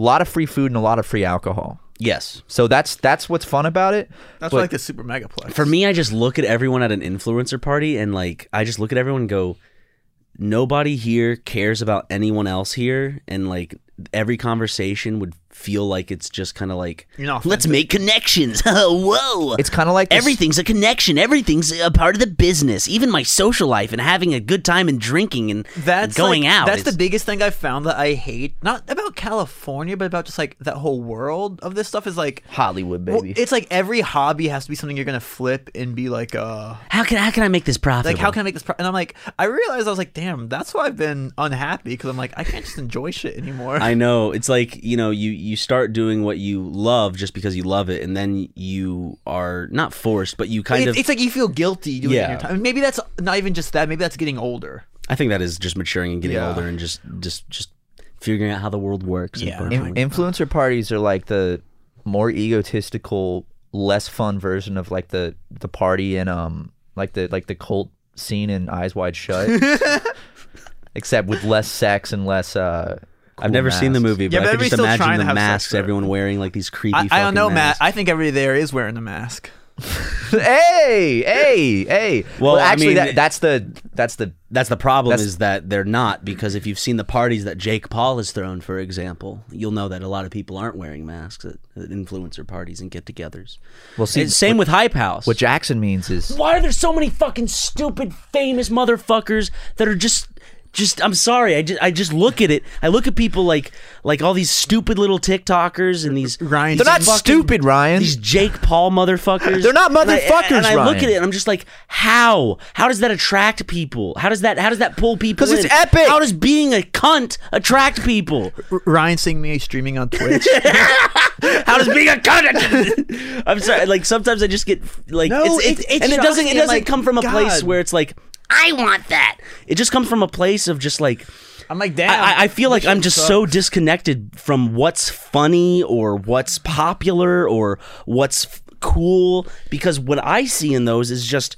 lot of free food and a lot of free alcohol. yes. So that's that's what's fun about it. But- That's why I like the super megaplex. For me, I just look at everyone at an influencer party and like I just look at everyone and go, nobody here cares about anyone else here, and like every conversation would feel like it's just kind of like You're not let's make connections. <laughs> Whoa, It's kind of like this- everything's a connection. Everything's a part of the business. Even my social life and having a good time and drinking and that's going like- out. That's is- the biggest thing I've found that I hate. Not about California, but about just like that whole world of this stuff is like. Hollywood well, baby. it's like every hobby has to be something you're gonna flip and be like, uh, how can how can I make this profitable? like how can I make this? Pro-? And I'm like, I realized I was like, damn, that's why I've been unhappy because I'm like, I can't just enjoy shit anymore. <laughs> I know. It's like, you know, you you start doing what you love just because you love it and then you are not forced, but you kind It- of it's like you feel guilty doing it in Yeah. your time. Maybe that's not even just that. Maybe that's getting older. I think that is just maturing and getting Yeah. older and just just just figuring out how the world works. Yeah. In- unfortunately. influencer parties are like the more egotistical, less fun version of like the the party and um like the like the cult scene in Eyes <laughs> Wide Shut, except with less sex and less. uh I've never cool seen the masks. movie, but Yeah, but I can everybody's just still trying imagine to the have sex masks with it. everyone wearing, like these creepy. I, I don't fucking know, masks. Matt. I think everybody there is wearing a mask. <laughs> hey, hey, hey. Well, Well, I actually, mean- that, that's the that's the That's the problem That's- is that they're not because if you've seen the parties that Jake Paul has thrown, for example, you'll know that a lot of people aren't wearing masks at, at influencer parties and get-togethers. well. See, And same with Hype House. what Jackson means is Why are there so many fucking stupid famous motherfuckers that are just just I'm sorry. I just I just look at it. I look at people like like all these stupid little TikTokers and these Ryan, these They're not stupid, Ryan. These Jake Paul motherfuckers. <laughs> They're not And I- motherfuckers, And I, look Ryan. at it and I'm just like, how? How does that attract people? How does that how does that pull people? 'Cause it's in? epic. How does being a cunt attract people? Ryan seeing me streaming on Twitch. How does being a cunt? <laughs> I'm sorry. Like sometimes I just get like No, it's, it's, it- it and it shocks doesn't it me, I'm doesn't like, come from a place God. where it's like I want that. It just comes from a place of just like I'm like, damn. I, I- I feel like this I'm shit just sucks. so disconnected from what's funny or what's popular or what's f- cool because what I see in those is just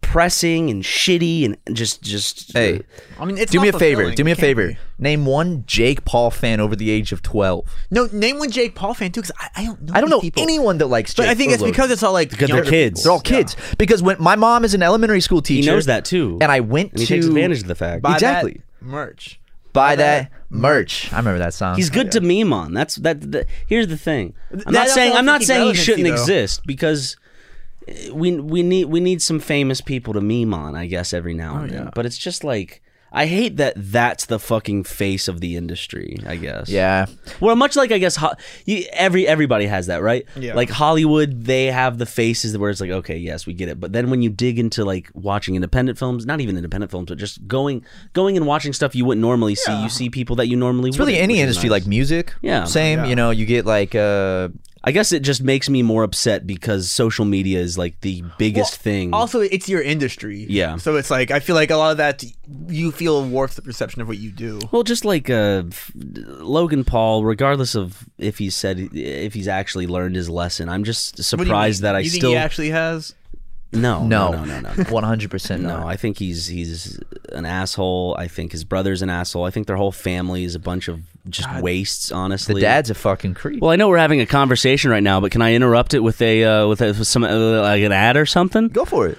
depressing and shitty and just just Hey, I mean, it's do not me a favor. fulfilling. Do me a It can't favor. be. Name one Jake Paul fan over the age of 12. No, name one Jake Paul fan too, because I, I don't know. I don't these know people. anyone that likes Jake But I think Paul it's because it's all like Because they're younger kids. They're all Yeah. kids. Because when my mom is an elementary school teacher, knows that, too. And I went and he to takes advantage of the fact Buy that Exactly. merch. buy that merch. I remember that song. He's good to meme on. That's that, that. Here's the thing. I'm that not also saying I'm helps not keep saying he relevancy, shouldn't though. exist because uh, we we need we need some famous people to meme on. I guess every now Oh, and then. But it's just like I hate that. That's the fucking face of the industry. I guess. Yeah. Well, much like I guess ho- you, every everybody has that, right? Yeah. Like Hollywood, they have the faces where it's like, okay, yes, we get it. But then when you dig into like watching independent films, not even independent films, but just going going and watching stuff you wouldn't normally see, you see people that you normally It's really any industry, like music. Yeah. Same, you know, you get like uh I guess it just makes me more upset because social media is like the biggest Well, thing. Also, it's your industry. Yeah. So it's like I feel like a lot of that you feel warps the perception of what you do. well, just like uh, f- Logan Paul, regardless of if he said if he's actually learned his lesson, I'm just What do you surprised mean? that I you still think he actually has. no no. no no <laughs> no. no. One hundred percent No, I think he's he's an asshole. I think his brother's an asshole. I think their whole family is a bunch of just wastes. Honestly, The dad's a fucking creep. Well, I know we're having a conversation right now, but can I interrupt it with a uh, with, a, with some uh, like an ad or something? Go for it.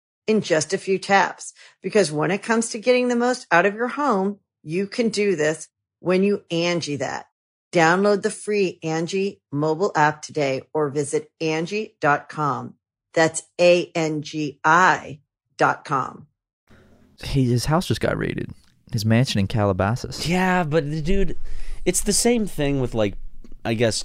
in just a few taps. Because when it comes to getting the most out of your home, you can do this when you Angie that. Download the free Angie mobile app today or visit Angie.com. That's A-N-G-I dot com. He, his house just got raided. His mansion in Calabasas. Yeah, but the dude, it's the same thing with like, I guess,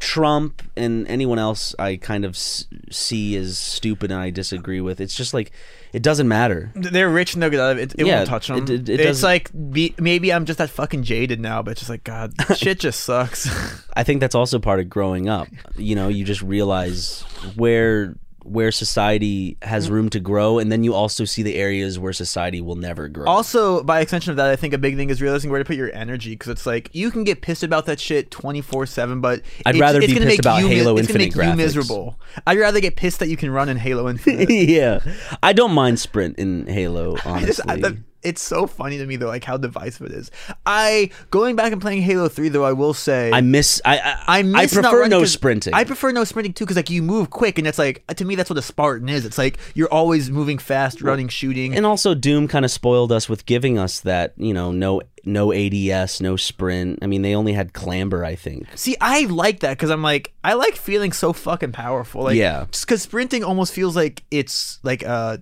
Trump and anyone else I kind of s- see as stupid and I disagree with. It's just like it doesn't matter. They're rich and they'll get out of it. It Yeah, won't touch them. it- it- it it's doesn't- like be, maybe I'm just that fucking jaded now, but it's just <laughs> like God, shit just sucks. <laughs> I think that's also part of growing up. You know, you just realize where where society Mm-hmm. has room to grow, and then you also see the areas where society will never grow. Also, by extension of that, I think a big thing is realizing where to put your energy because it's like you can get pissed about that shit twenty four seven, but I'd it's- rather it's be gonna pissed make about you, mi- Halo it's gonna Infinite make graphics. you miserable. I'd rather get pissed that you can run <laughs> in Halo Infinite. <laughs> yeah, I don't mind sprint in Halo. I Honestly, just- I- that- it's so funny to me though, like how divisive it is. I going back and playing Halo Three though, I will say I miss. I I, I miss not prefer running no 'cause- sprinting. I prefer no sprinting too, because like you move quick, and it's like to me that's what a Spartan is. It's like you're always moving fast, running, shooting. and also Doom kind of spoiled us with giving us that you know no no ADS, no sprint. I mean, they only had clamber. I think. See, I like that because I'm like I like feeling so fucking powerful. Like, Yeah. just because sprinting almost feels like it's like uh,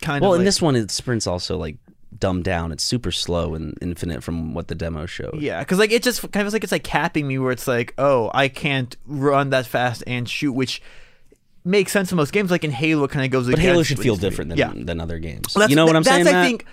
kind Well, of in like- this one, it sprints also like dumbed down. It's super slow and infinite from what the demo showed. Yeah, because like it just kind of feels like it's like capping me where it's like, oh, I can't run that fast and shoot, which makes sense in most games. Like in Halo, it kind of goes. But Halo against should what feel used to be. different than, yeah. than other games. Well, that's- you know what I'm that's, saying? I Matt? think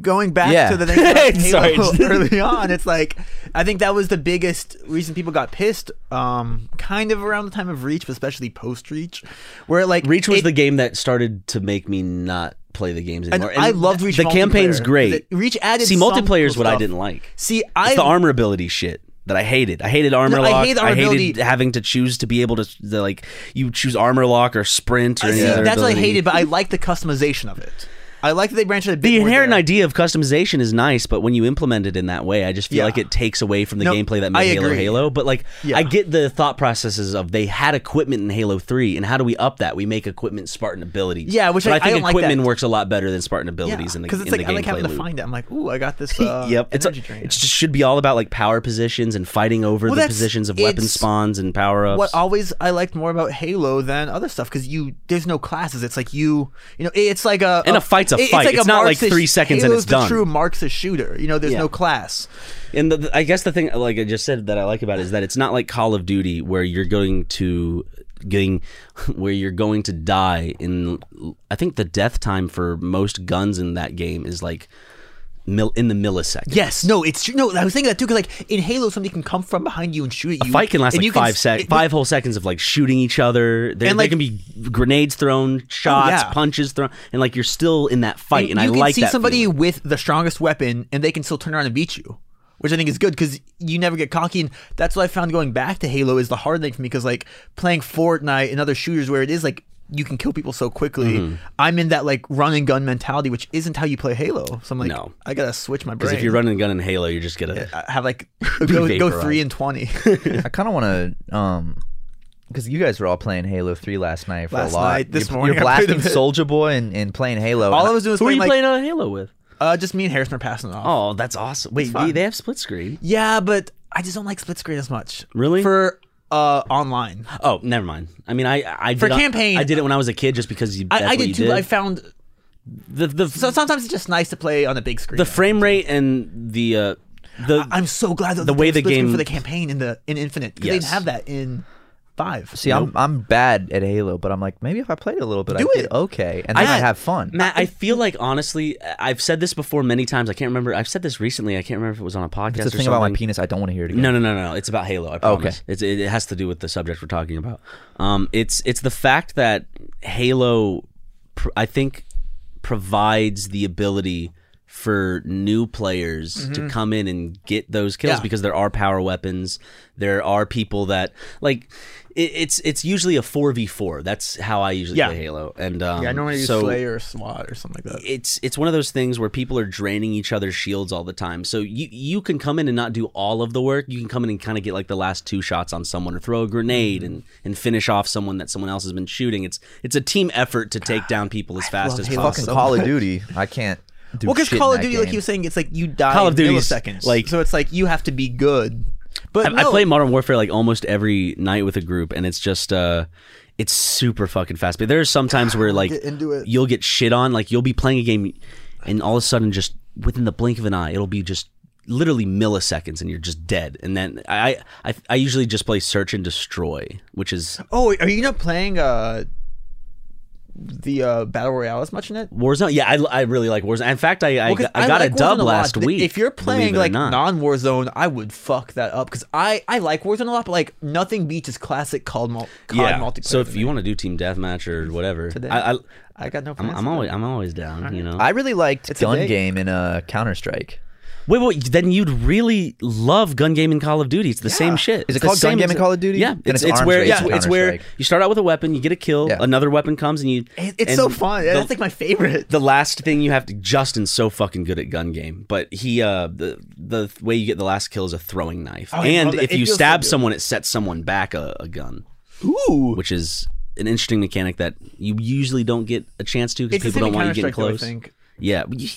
going back Yeah. to <laughs> the thing about Sorry, <laughs> Halo just- early on, it's like I think that was the biggest reason people got pissed. Um, kind of around the time of Reach, but especially post Reach, where like Reach was it- the game that started to make me not play the games and anymore. I And loved Reach. The campaign's multiplayer, 'cause great. it- Reach added See, some multiplayer is cool what I stuff. didn't like. See, it's I the armor ability shit that I hated. I hated armor No, I lock. hate the I armor hated ability. having to choose to be able to the, like you choose armor lock or sprint or See, any other that's what I ability. hated, but I like the customization of it. I like that they branched it a bit. The more inherent there. idea of customization is nice, but when you implement it in that way, I just feel Yeah. like it takes away from the No, gameplay that I made Halo agree. Halo. But like, Yeah. I get the thought processes of they had equipment in Halo Three, and how do we up that? We make equipment Spartan abilities. Yeah, which but I- I think I don't like equipment that. works a lot better than Spartan Yeah, abilities in the it's in like the I like gameplay having loop. to find it. I'm like, ooh, I <laughs> got this. Uh, yep, it's, energy drain. it just should be all about like power positions and fighting over Well, the that's- positions of weapon it's- spawns and power ups. what always I liked more about Halo than other stuff because you there's no classes. It's like you you know it's like a And a fight's a it- fight. It's not like three seconds and Halo's it's the done. True Marxist shooter. You know, there's Yeah. no class. And the, the- I guess the thing, like I just said, that I like about it is that it's not like Call of Duty where you're going to getting <laughs> where you're going to die in. I think the death time for most guns in that game is like mil, in the millisecond. Yes, no, it's true. No, I was thinking that too because like in Halo, somebody can come from behind you and shoot at A you. fight can last and like you can five s- sec, it- five whole seconds of like shooting each other. There, And, there like- Oh, can be grenades thrown, shots, yeah. punches thrown, and like you're still in that fight. And, you I can like see that somebody feeling. with the strongest weapon and they can still turn around and beat you which i think is good because you never get cocky and that's what i found going back to halo is the hard thing for me because like playing fortnite and other shooters where it is like you can kill people so quickly Mm-hmm. i'm in that like run and gun mentality which isn't how you play halo so i'm like No. i gotta switch my brain Because if you're running a gun in Halo, you're just gonna. I <laughs> have like <laughs> go, go vaporized. three <laughs> and twenty. I kind of want to, um, because you guys were all playing Halo Three last night for Last a lot. night, this you're, morning, you're I played a blasting bit. Soldier Boy and, and playing Halo. All I And was doing was Who are playing you like playing on Halo with? uh, just me and Harrison are passing it off. Oh, that's awesome! Wait, they, they have split screen. Yeah, but I just don't like split screen as much. Really? For uh, online. Oh, never mind. I mean, I I For did, campaign- I did it when I was a kid, just because you. that's I, I what did you too. Did. I found the the, So sometimes it's just nice to play on a big screen. the frame rate and the uh, the I'm so glad that The they way did the split screen game- for the campaign in the in Infinite 'cause they Yes. didn't have that in five. See, I'm I'm bad at Halo, but I'm like maybe if I played a little bit, Do I'd it. get okay, and then I- I'd have fun. Matt, I feel like honestly, I've said this before many times. I can't remember. I've said this recently. I can't remember if it was on a podcast. It's the or thing about my something. penis. I don't want to hear it again. No, no, no, no. no. It's about Halo. I promise. It's, it, it has to do with the subject we're talking about. Um, it's it's the fact that Halo, pr- I think, provides the ability for new players to come in and get those kills Mm-hmm. Yeah. because there are power weapons. There are people that like. It, it's it's usually a four v four. That's how I usually Yeah. play Halo. And um, yeah, I normally use so, Slayer or SWAT or something like that. it's it's one of those things where people are draining each other's shields all the time. So you you can come in and not do all of the work. You can come in and kind of get like the last two shots on someone or throw a Mm-hmm. grenade and and finish off someone that someone else has been shooting. It's it's a team effort to take down people as fast love as Halo Fucking possible. so Call <laughs> of Duty. I can't. Do well, because shit in Call of that Duty, like game. he was saying, it's like you Call die Call of of Duty in is, milliseconds. like- Like so, it's like you have to be good. But I no, play Modern Warfare like almost every night with a group, and it's just uh, it's super fucking fast. But there are some times where like <sighs> Get into it. you'll get shit on. Like you'll be playing a game, and all of a sudden, just within the blink of an eye, it'll be just literally milliseconds, and you're just dead. And then I I, I usually just play search and destroy, which is Oh, are you not playing? uh the uh, battle royale as much in it. Warzone. Yeah, I, I really like Warzone. In fact, I I, Well, 'cause I got like a dub Warzone lot. last Th- week. If you're believe playing it or like not. non-Warzone, I would fuck that up because I I like Warzone a lot, but like nothing beats just classic COD, mul- COD multiplayer. So to if me. you want to do team deathmatch or whatever, Today. I, I I got no. I'm, plans I'm for always that. I'm always down. You know. I really liked It's a gun big- game in uh, Counter Strike. wait, wait. Then you'd really love gun game and Call of Duty. It's the same shit. Is it It's the called gun same game and exa- Call of Duty? Yeah. Then It's, it's it's arms where race, yeah, it's where Counter-Strike. you start out with a weapon, you get a kill, Yeah. another weapon comes, and you. It- It's and so fun. the- That's like my favorite. the last thing you have to Justin's so fucking good at gun game, but he uh the the way you get the last kill is a throwing knife. Oh, I and love that. if It you feels so stab good. someone it sets someone back a, a gun, Ooh, which is an interesting mechanic that you usually don't get a chance to because it's the people same don't in want you getting Counter Strike. though, I close. think. Yeah, but you,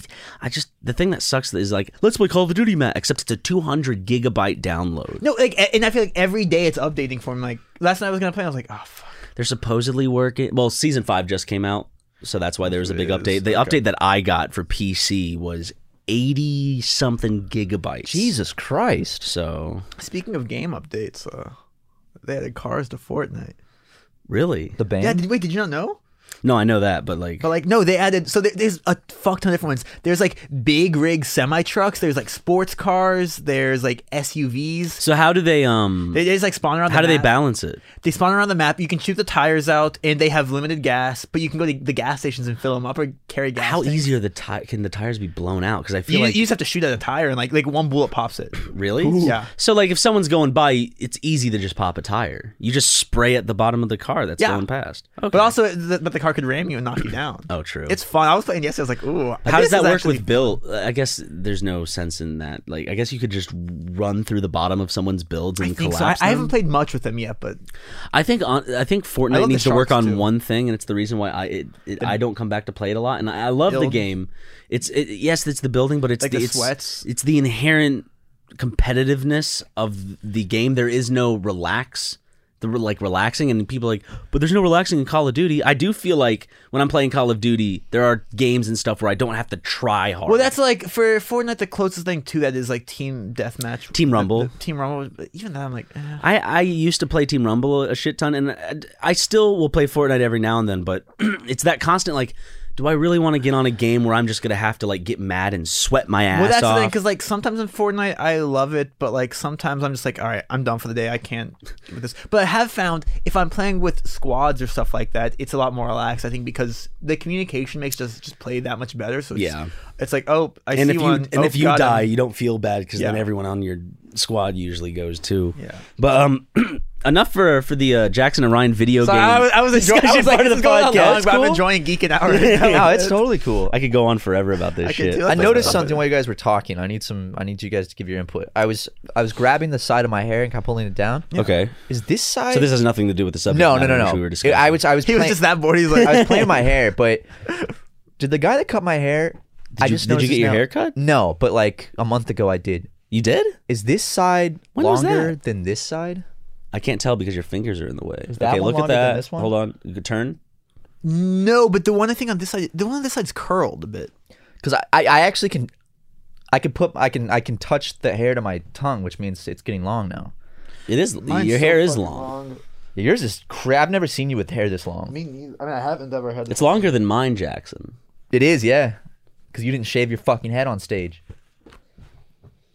I just the thing that sucks is like let's play Call of Duty, Matt. Except it's a 200 gigabyte download. No, like, a- and I feel like every day it's updating for me. Like last night I was gonna play, I was like, oh fuck. They're supposedly working. Well, season five just came out, so that's why there was a big update. The update that I got for PC was 80 something gigabytes. Jesus Christ! So Speaking of game updates, uh, they added cars to Fortnite. really, The band. Yeah, did, wait, did you not know? no, I know that, but like, But like, no, they added. So there, there's a fuck ton of different ones. There's like big rig semi trucks. There's like sports cars. There's like SUVs. so how do they um? They, they just like spawn around. how the do they map. balance it? They spawn around the map. You can shoot the tires out, and they have limited gas. But you can go to the gas stations and fill them up or carry gas. How tanks. easy are the ti- can the tires be blown out? Because I feel You, like you just have to shoot at a tire, and like like one bullet pops <sighs> it. Really? Yeah. So like if someone's going by, it's easy to just pop a tire. You just spray at the bottom of the car that's Yeah. going past. Okay. But also, the, but the car could ram you and knock you down. Oh, true. It's fun. I was playing yesterday. I was like, ooh. How does this that is work actually with build? I guess there's no sense in that. Like I guess you could just run through the bottom of someone's builds and I think so. I, collapse. I them. haven't played much with them yet, but I think on, I think I Fortnite love the needs to work sharks, on too. one thing, and it's the reason why I it, it, I don't come back to play it a lot. And I, I love the Build. game. It's it, yes, it's the building, but it's Like the, the it's, sweats. It's the inherent competitiveness of the game. There is no relax. The re- like relaxing, and people are like, but there's no relaxing in Call of Duty. I do feel like when I'm playing Call of Duty, there are games and stuff where I don't have to try hard. Well, that's like for Fortnite. The closest thing to that is like Team Deathmatch, Team Rumble. Team Rumble. But even that, I'm like, eh. I, I used to play Team Rumble a shit ton, and I- I still will play Fortnite every now and then. But <clears throat> it's that constant like, do I really want to get on a game where I'm just gonna have to like get mad and sweat my ass well, that's off? the thing because like sometimes in Fortnite I love it, but like sometimes I'm just like, all right, I'm done for the day. I can't with this. But I have found if I'm playing with squads or stuff like that, it's a lot more relaxed. I think because the communication makes just just play that much better. So it's, Yeah. it's like oh, I and see if you one. and Oh, if you got him. die, you don't feel bad because then Yeah. everyone on your squad usually goes too. Yeah. But um, <clears throat> enough for for the uh, Jackson and Ryan video So game. I was, <laughs> I was enjoying. I discussion was like, part of this is the going on podcast. long, but I'm Cool? enjoying <laughs> geeking out. Right Yeah. now. no, it's totally cool. I could go on forever about this I could shit. do it. I- I That's noticed awesome. something while you guys were talking. I need some. I need you guys to give your input. I was I was grabbing the side of my hair and kind of pulling it down. Okay. Is this side? So this has nothing to do with the subject. no, no, matter no, which no. We were It- discussing. I was I was. He was playing- just that bored. He's <laughs> like, I was <laughs> playing my hair, but did the guy that cut my hair? I you- just did you get noticed this your now. hair cut? No, but like a month ago I did. You did? Is this side When was longer that? than this side? I can't tell because your fingers are in the way. Is that okay, one look at longer than that. this one? Hold on. You could Turn. <laughs> No, but the one I think on this side, the one on this side's curled a bit. Because I, I I actually can, I can put I can I can touch the hair to my tongue, which means it's getting long now. It is. your hair is long. Yours is crap. I've never seen you with hair this long. mean, I mean, I haven't ever had. It's longer than mine, Jackson. It is, yeah. Because you didn't shave your fucking head on stage.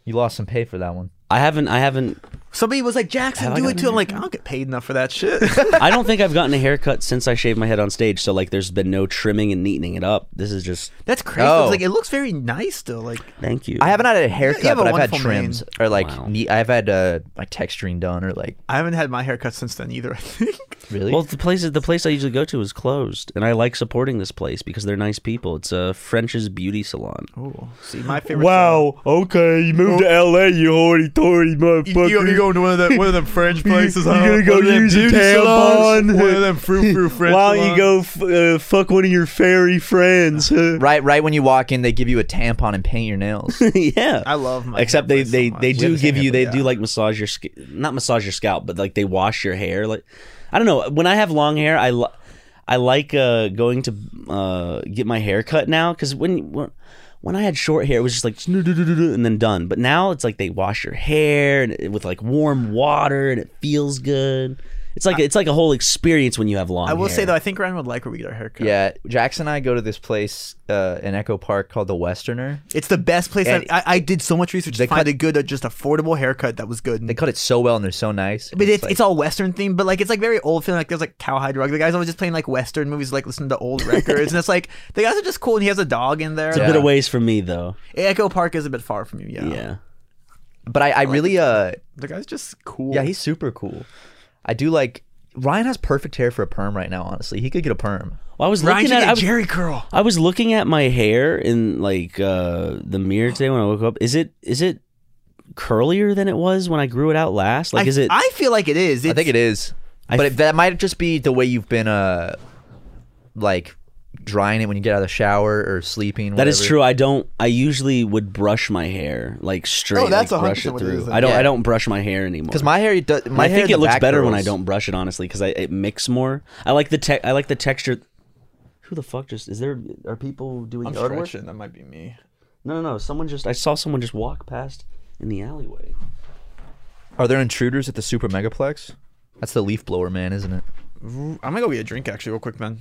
You lost some pay for that one. I haven't. I haven't. Somebody was like, "Jackson, Have I do gotten it too." I'm like, "I don't get paid enough for that shit." <laughs> I don't think I've gotten a haircut since I shaved my head on stage. So like, there's been no trimming and neatening it up. This is just. That's crazy. Oh. It's like it looks very nice still. Like Thank you. I haven't had a haircut, you have a but I've had wonderful mane. trims or like Wow. ne- I've had uh, my texturing done or like I haven't had my haircut since then either. I think. really. Well, the place the place I usually go to is closed, and I like supporting this place because they're nice people. It's a French's beauty salon. Oh, see, my favorite. Wow. okay, you moved to L.A., you horny tory motherfucker. going to one of them one of them French places, huh? One of them beauty salons? One of <laughs> them frou frou French. f- uh, fuck one of your fairy friends? huh? right, right when you walk in, they give you a tampon and paint your <laughs> nails. <laughs> yeah, I love my Except they haircut so they, much. they We have do the same give you they haircut, do yeah. like massage your skin not massage your scalp but like they wash your hair like I don't know when I have long hair I li- I like uh, going to uh, get my hair cut now because when when- when I had short hair it was just like <laughs> and then done but now it's like they wash your hair and it, with like warm water and it feels good It's like it's like a whole experience when you have long. I will say hair. though, I think Ryan would like where we get our haircut. Yeah, Jackson and I go to this place uh, in Echo Park called the Westerner. It's the best place. And- I've, I I did so much research They to cut- find a good, uh, just affordable haircut that was good. They cut it so well and they're so nice. but it's like- it's all Western themed, but like it's like very old feeling. Like there's like cowhide rug. The guy's always just playing like Western movies, like listening <laughs> to old records, and it's like the guys are just cool. And he has a dog in there. it's a bit of ways from me though. Echo Park is a bit far from you. Yeah. Yeah. but I, I really uh The guy's just cool. yeah he's super cool. I do like Ryan has perfect hair for a perm right now. Honestly, he could get a perm. Well, I was Ryan looking should at I get was, Jerry curl. I was looking at my hair in like uh, the mirror today when I woke up. Is it is it curlier than it was when I grew it out last? Like I, is it? I feel like it is. I think it is, I but f- it, that might just be the way you've been uh like drying it when you get out of the shower or sleeping. That is whatever. true. I don't. I usually would brush my hair like straight. Oh, that's like, 100% brush it what it through. is then. I don't. I Yeah. don't brush my hair anymore. Because my hair, it does, And my I hair think the it looks back better when I curls. don't brush it honestly because I it mix more. I like the tech. I like the texture. Who the fuck just is there? Are people doing I'm yard work? stretching. That might be me. No, no, no. Someone just. I saw someone just walk past in the alleyway. Are there intruders at the Super Megaplex? That's the leaf blower, man, isn't it? I'm gonna go get a drink actually, real quick, man.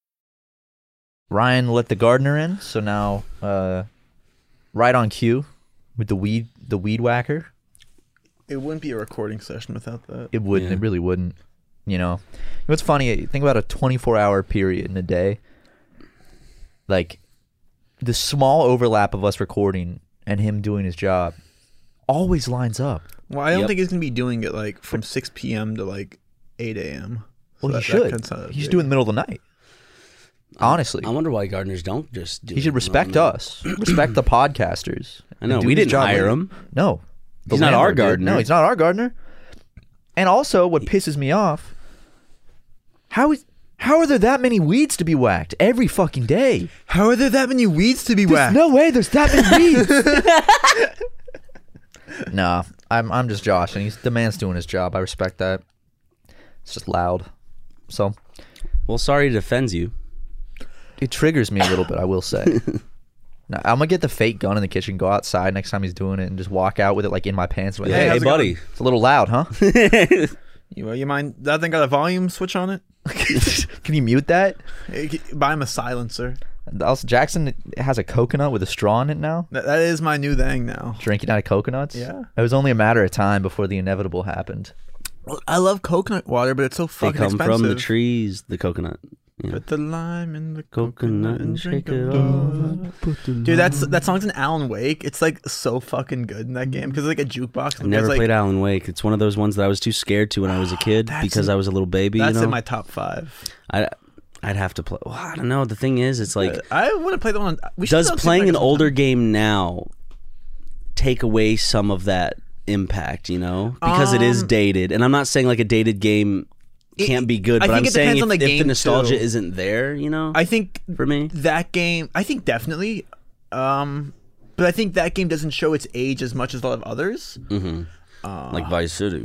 Ryan let the gardener in, so now uh, right on cue with the weed the weed whacker. It wouldn't be a recording session without that. It wouldn't. It really wouldn't. You know, what's funny? Think about a 24 hour period in a day. Like the small overlap of us recording and him doing his job always lines up. Well, I don't Yep. think he's gonna be doing it like from 6 p.m. to like 8 a.m. So Well, that- he that should. counts out as He should big. do it in the middle of the night. Honestly, I wonder why gardeners don't just. do he it, you should know respect what I mean? us, <clears throat> respect the podcasters. I know, and do we his didn't job hire right. him. No, The He's not our landlord did. gardener. No, he's not our gardener. And also, what pisses me off how is how are there that many weeds to be whacked every fucking day? How are there that many weeds to be There's whacked? no way there's that many <laughs> weeds. <laughs> nah, I'm I'm just Josh, and he's the man's doing his job. I respect that. It's just loud, so Well, sorry it offends you. it triggers me a little bit. I will say. <laughs> Nah, I'm gonna get the fake gun in the kitchen, go outside next time he's doing it, and just walk out with it like in my pants. Like, Hey, Hey, hey, how's it buddy. it's a little <laughs> loud, huh? <laughs> You, well, you mind? That thing got a volume switch on it? Can you mute that? Eh, g- Buy him a silencer. Also, Jackson has a coconut with a straw in it now. That, that is my new thing now. Drinking out of coconuts. Yeah. It was only a matter of time before the inevitable happened. Well, I love coconut water, but it's so They fucking come expensive. from the trees, the coconut. Yeah. Put the lime in the Coconut and coconut and shake drink it it off. Dude, that's that song's in Alan Wake. It's like so fucking good in that game because like a jukebox. I and never there's, like, Ah, played Alan Wake. It's one of those ones that I was too scared to when I was a kid That's because in- I was a little baby. That's you know? in my top five. I, I'd have to play. Well, I don't know. The thing is, it's like, I want to play the one. Uh, We should does go see playing Vegas an sometime. older game now take away some of that impact? You know, because it is Um, dated, and I'm not saying like a dated game It- can't be good, I but think I'm it saying depends if, on the if game, nostalgia too. isn't there, you know, I think for me, that game i think definitely um but i think that game doesn't show its age as much as a lot of others Mm. like Vice City.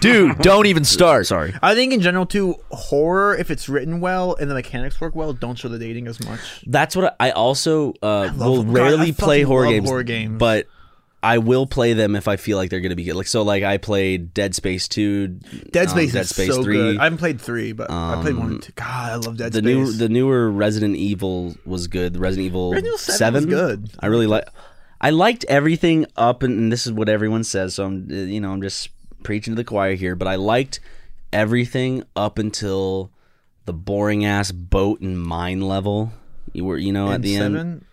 Dude, <laughs> don't even start. Sorry. i think in general too horror if it's written well and the mechanics work well don't show the dating as much That's what I, I also uh, will them. God, I rarely play fucking horror love games, horror games. but I will play them if I feel like they're going to be good. Like so, like I played Dead Space two, dead um, space Dead is Space so three. Um, good i haven't played three but i played one and two. god i love dead the space new the newer Resident Evil was good. The Resident Evil Resident Evil 7 was seven good. I really like. I liked everything up, and, and this is what everyone says. So I'm, uh, you know, I'm just preaching to the choir here. But I liked everything up until the boring ass boat and mine level. You were, you know, at And the end. seven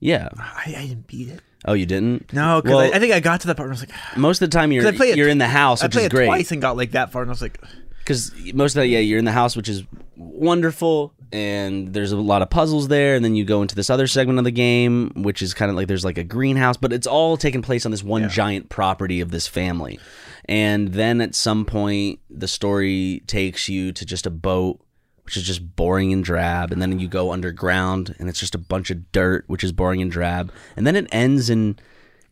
Yeah. I, I didn't beat it Oh, you didn't? no because Well, I, I think i got to that part and i was like <sighs> most of the time you're I play it you're in the house, i which is played it great. twice and got like that far and i was like because most of that, yeah, you're in the house, which is wonderful, and there's a lot of puzzles there, and then you go into this other segment of the game, which is kind of like there's like a greenhouse, but it's all taking place on this one giant property of this family, And then at some point, the story takes you to just a boat, which is just boring and drab. And then you go underground, and it's just a bunch of dirt, which is boring and drab. And then it ends in.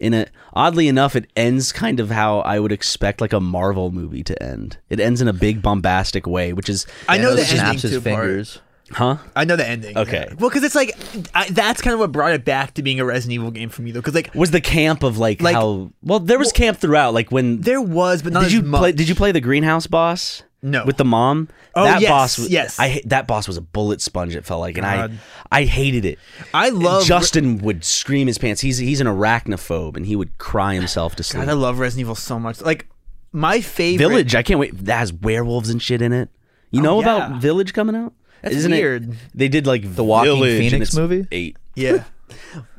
In a oddly enough, it ends kind of how I would expect like a Marvel movie to end. It ends in a big bombastic way, which is I know the Thanos ending snaps his too, Bart. fingers. huh? I know the ending. Okay. yeah. Well, because it's like I, that's kind of what brought it back to being a Resident Evil game for me, though. Because like Was the camp of like, Like- how well there was camp throughout. Like when there was, but not did as you much. play? Did you play the greenhouse boss? No. with the mom. Oh, that yes, boss. was- yes. I ha- that boss was a bullet sponge. It felt like, and God. I, I hated it. I love Justin would scream his pants. He's he's an arachnophobe, and he would cry himself to sleep. God, I love Resident Evil so much. Like my favorite Village. I can't wait. That has werewolves and shit in it. You know yeah. about Village coming out? That's Isn't weird. It, they did like the Walking Village and Phoenix it's movie? eight Yeah.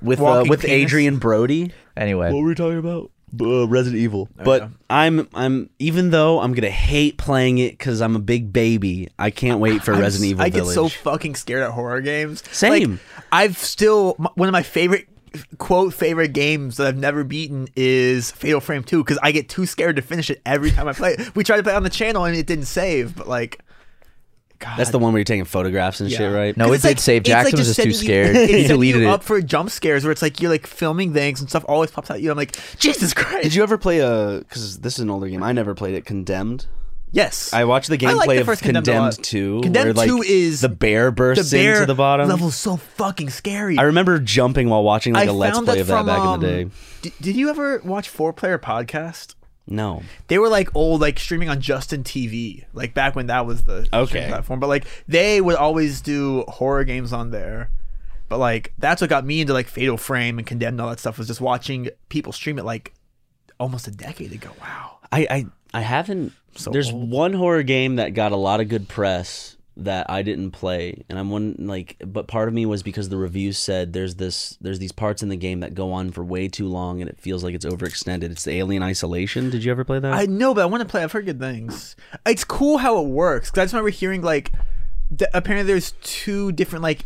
with uh, Walking with Phoenix? Adrian Brody. Anyway, were we talking about? Uh, Resident Evil. But I'm I'm even though I'm gonna hate playing it because I'm a big baby. I can't wait for I'm Resident s- Evil I get Village. so fucking scared at horror games. Same. Like, I've still m- one of my favorite quote favorite games that I've never beaten is Fatal Frame 2 cuz I get too scared to finish it every time I play it. We tried to play it on the channel and it didn't save, but like God. That's the one where you're taking photographs and shit, Yeah. right? No, 'Cause it it's did save. it's Jackson was just just too setting you- <laughs> scared. it's He setting deleted you it. Up for jump scares where it's like you're like filming things and stuff always pops out. You know, I'm like Jesus Christ. Did you ever play a? Because this is an older game. I never played it. Condemned. Yes, I watched the I like gameplay the of first Condemned, Condemned a lot. Two. Condemned where, like, 2 is the bear the bursts bear into the bottom. level's so fucking scary. I remember jumping while watching like a I let's found play of that from, back um, in the day. d- did you ever watch Four Player Podcast? No, They were like old, like streaming on Justin TV, like back when that was the streaming Okay. platform. But like they would always do horror games on there. But like that's what got me into like Fatal Frame and Condemned and all that stuff was just watching people stream it like almost a decade ago. Wow. I I, I haven't. there's one horror game that got a lot of good press that I didn't play, and I'm one like. But part of me was because the reviews said there's this there's these parts in the game that go on for way too long, and it feels like it's overextended. It's the Alien Isolation. Did you ever play that? I know, but I want to play. I've heard good things. It's cool how it works. 'cause I just remember hearing like, th- apparently there's two different like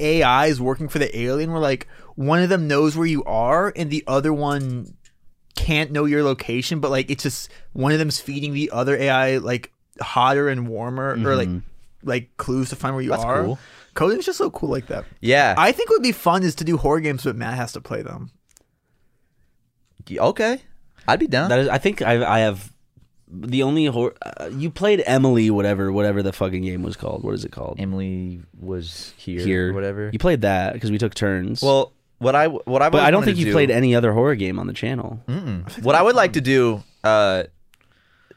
AIs working for the alien. Where like one of them knows where you are, and the other one can't know your location. But like, it's just one of them's feeding the other AI like hotter and warmer, or like like clues to find where you are. Mm-hmm. cool. Coding's just so cool like that. yeah. I think what would be fun is to do horror games, but Matt has to play them. okay, I'd be down. That is, I think I I have the only horror. Uh, you played Emily, whatever whatever the fucking game was called. What is it called? Emily was here, Here, or whatever. You played that because we took turns. well, what I what I but I don't think you played any other horror game on the channel. What I would like to do uh,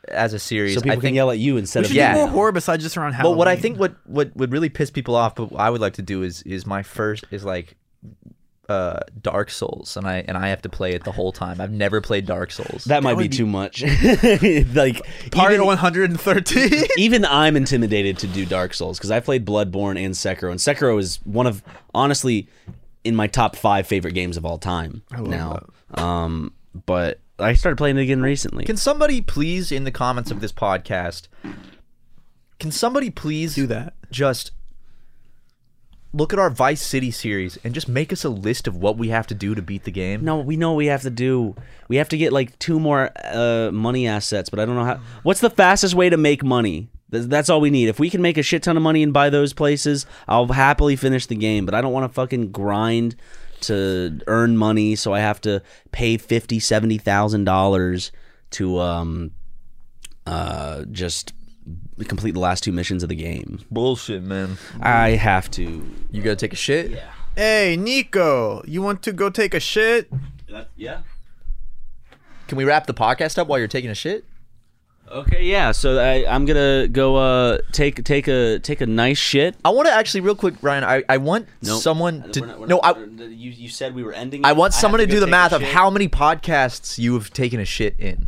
as a series, So people I can think, yell at you instead We of should me. Yeah. do more horror besides just around But Halloween. what I think what what would really piss people off, but I would like to do is is my first is like uh Dark Souls, and I and I have to play it the whole time. I've never played Dark Souls. That might be too much. like Part even, 113. even I'm intimidated to do Dark Souls because I played Bloodborne and Sekiro, and Sekiro is one of honestly in my top five favorite games of all time now. Um, but I started playing it again recently. Can somebody please, in the comments of this podcast, can somebody please do that. Just look at our Vice City series and just make us a list of what we have to do to beat the game. no, we know what we have to do. We have to get like two more uh, money assets, but I don't know how. What's the fastest way to make money? Th- That's all we need. If we can make a shit ton of money and buy those places, I'll happily finish the game. But I don't want to fucking grind to earn money, so I have to pay fifty, seventy thousand dollars to um, uh, just complete the last two missions of the game. bullshit, man. I have to. You gotta take a shit. Yeah. Hey, Nico, you want to go take a shit? yeah. Can we wrap the podcast up while you're taking a shit? Okay, yeah. So I, I'm gonna go uh, take take a take a nice shit. I want to actually, real quick, Ryan. I, I want Nope. someone to We're not- we're no. not- I you, you said we were ending. I it. want have someone to, go do the take a math of shit. how many podcasts you have taken a shit in.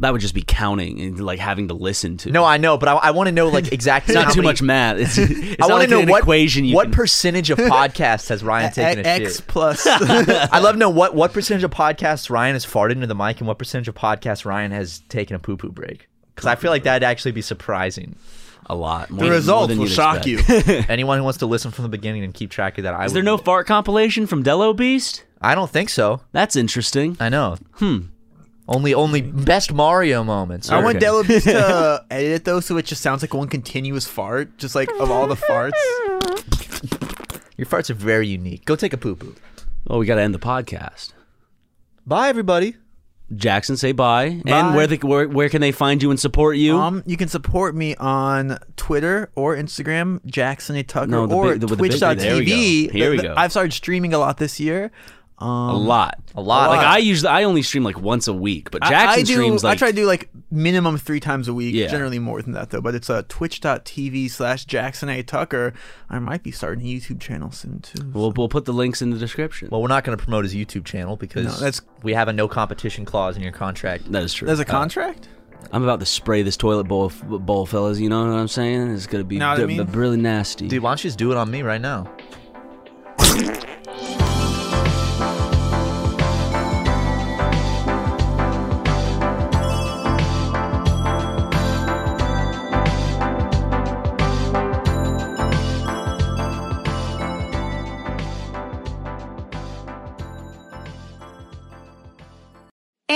That would just be counting and like having to listen to. No, I know, but I, I want to <laughs> know like exactly. it's not how too many- much math. It's, it's <laughs> I want to know what equation you what can- percentage <laughs> of podcasts has Ryan taken a X shit. <laughs> plus. I love to know what what percentage of podcasts Ryan has farted into the mic and what percentage of podcasts Ryan has taken a poo poo break. Because I feel like that'd actually <laughs> be surprising. a lot. More than- the more results than will you'd shock expect. you. <laughs> Anyone who wants to listen from the beginning and keep track of that, I Is would- there no fart compilation from Dello Beast? I don't think so. That's interesting. I know. Hmm. Only only best Mario moments. <laughs> I want Okay. <laughs> Delabes to edit it though, so it just sounds like one continuous fart, just like of all the farts. Your farts are very unique. Go take a poo poo. Oh, we got to end the podcast. Bye everybody. Jackson, say bye. And where the where, where can they find you and support you? Um, you can support me on Twitter or Instagram, Jackson A. Tucker, No, the or big- the- with the big- Twitch.tv. there we go. Here we go. I've started streaming a lot this year. Um, a lot, A lot. Like I usually, I only stream like once a week, but I- Jackson I, do, streams like I try to do like minimum three times a week. Yeah. Generally more than that though. But it's uh, twitch.tv slash Jackson A. Tucker. I might be starting a YouTube channel soon too. We'll, we'll put the links in the description. Well, we're not going to promote his YouTube channel because No, that's- we have a no competition clause in your contract. that is true. Uh, There's a contract? I'm about to spray this toilet bowl, f- bowl, fellas. You know what I'm saying? It's gonna be Know what d- I mean? really nasty. Dude, why don't you just do it on me right now?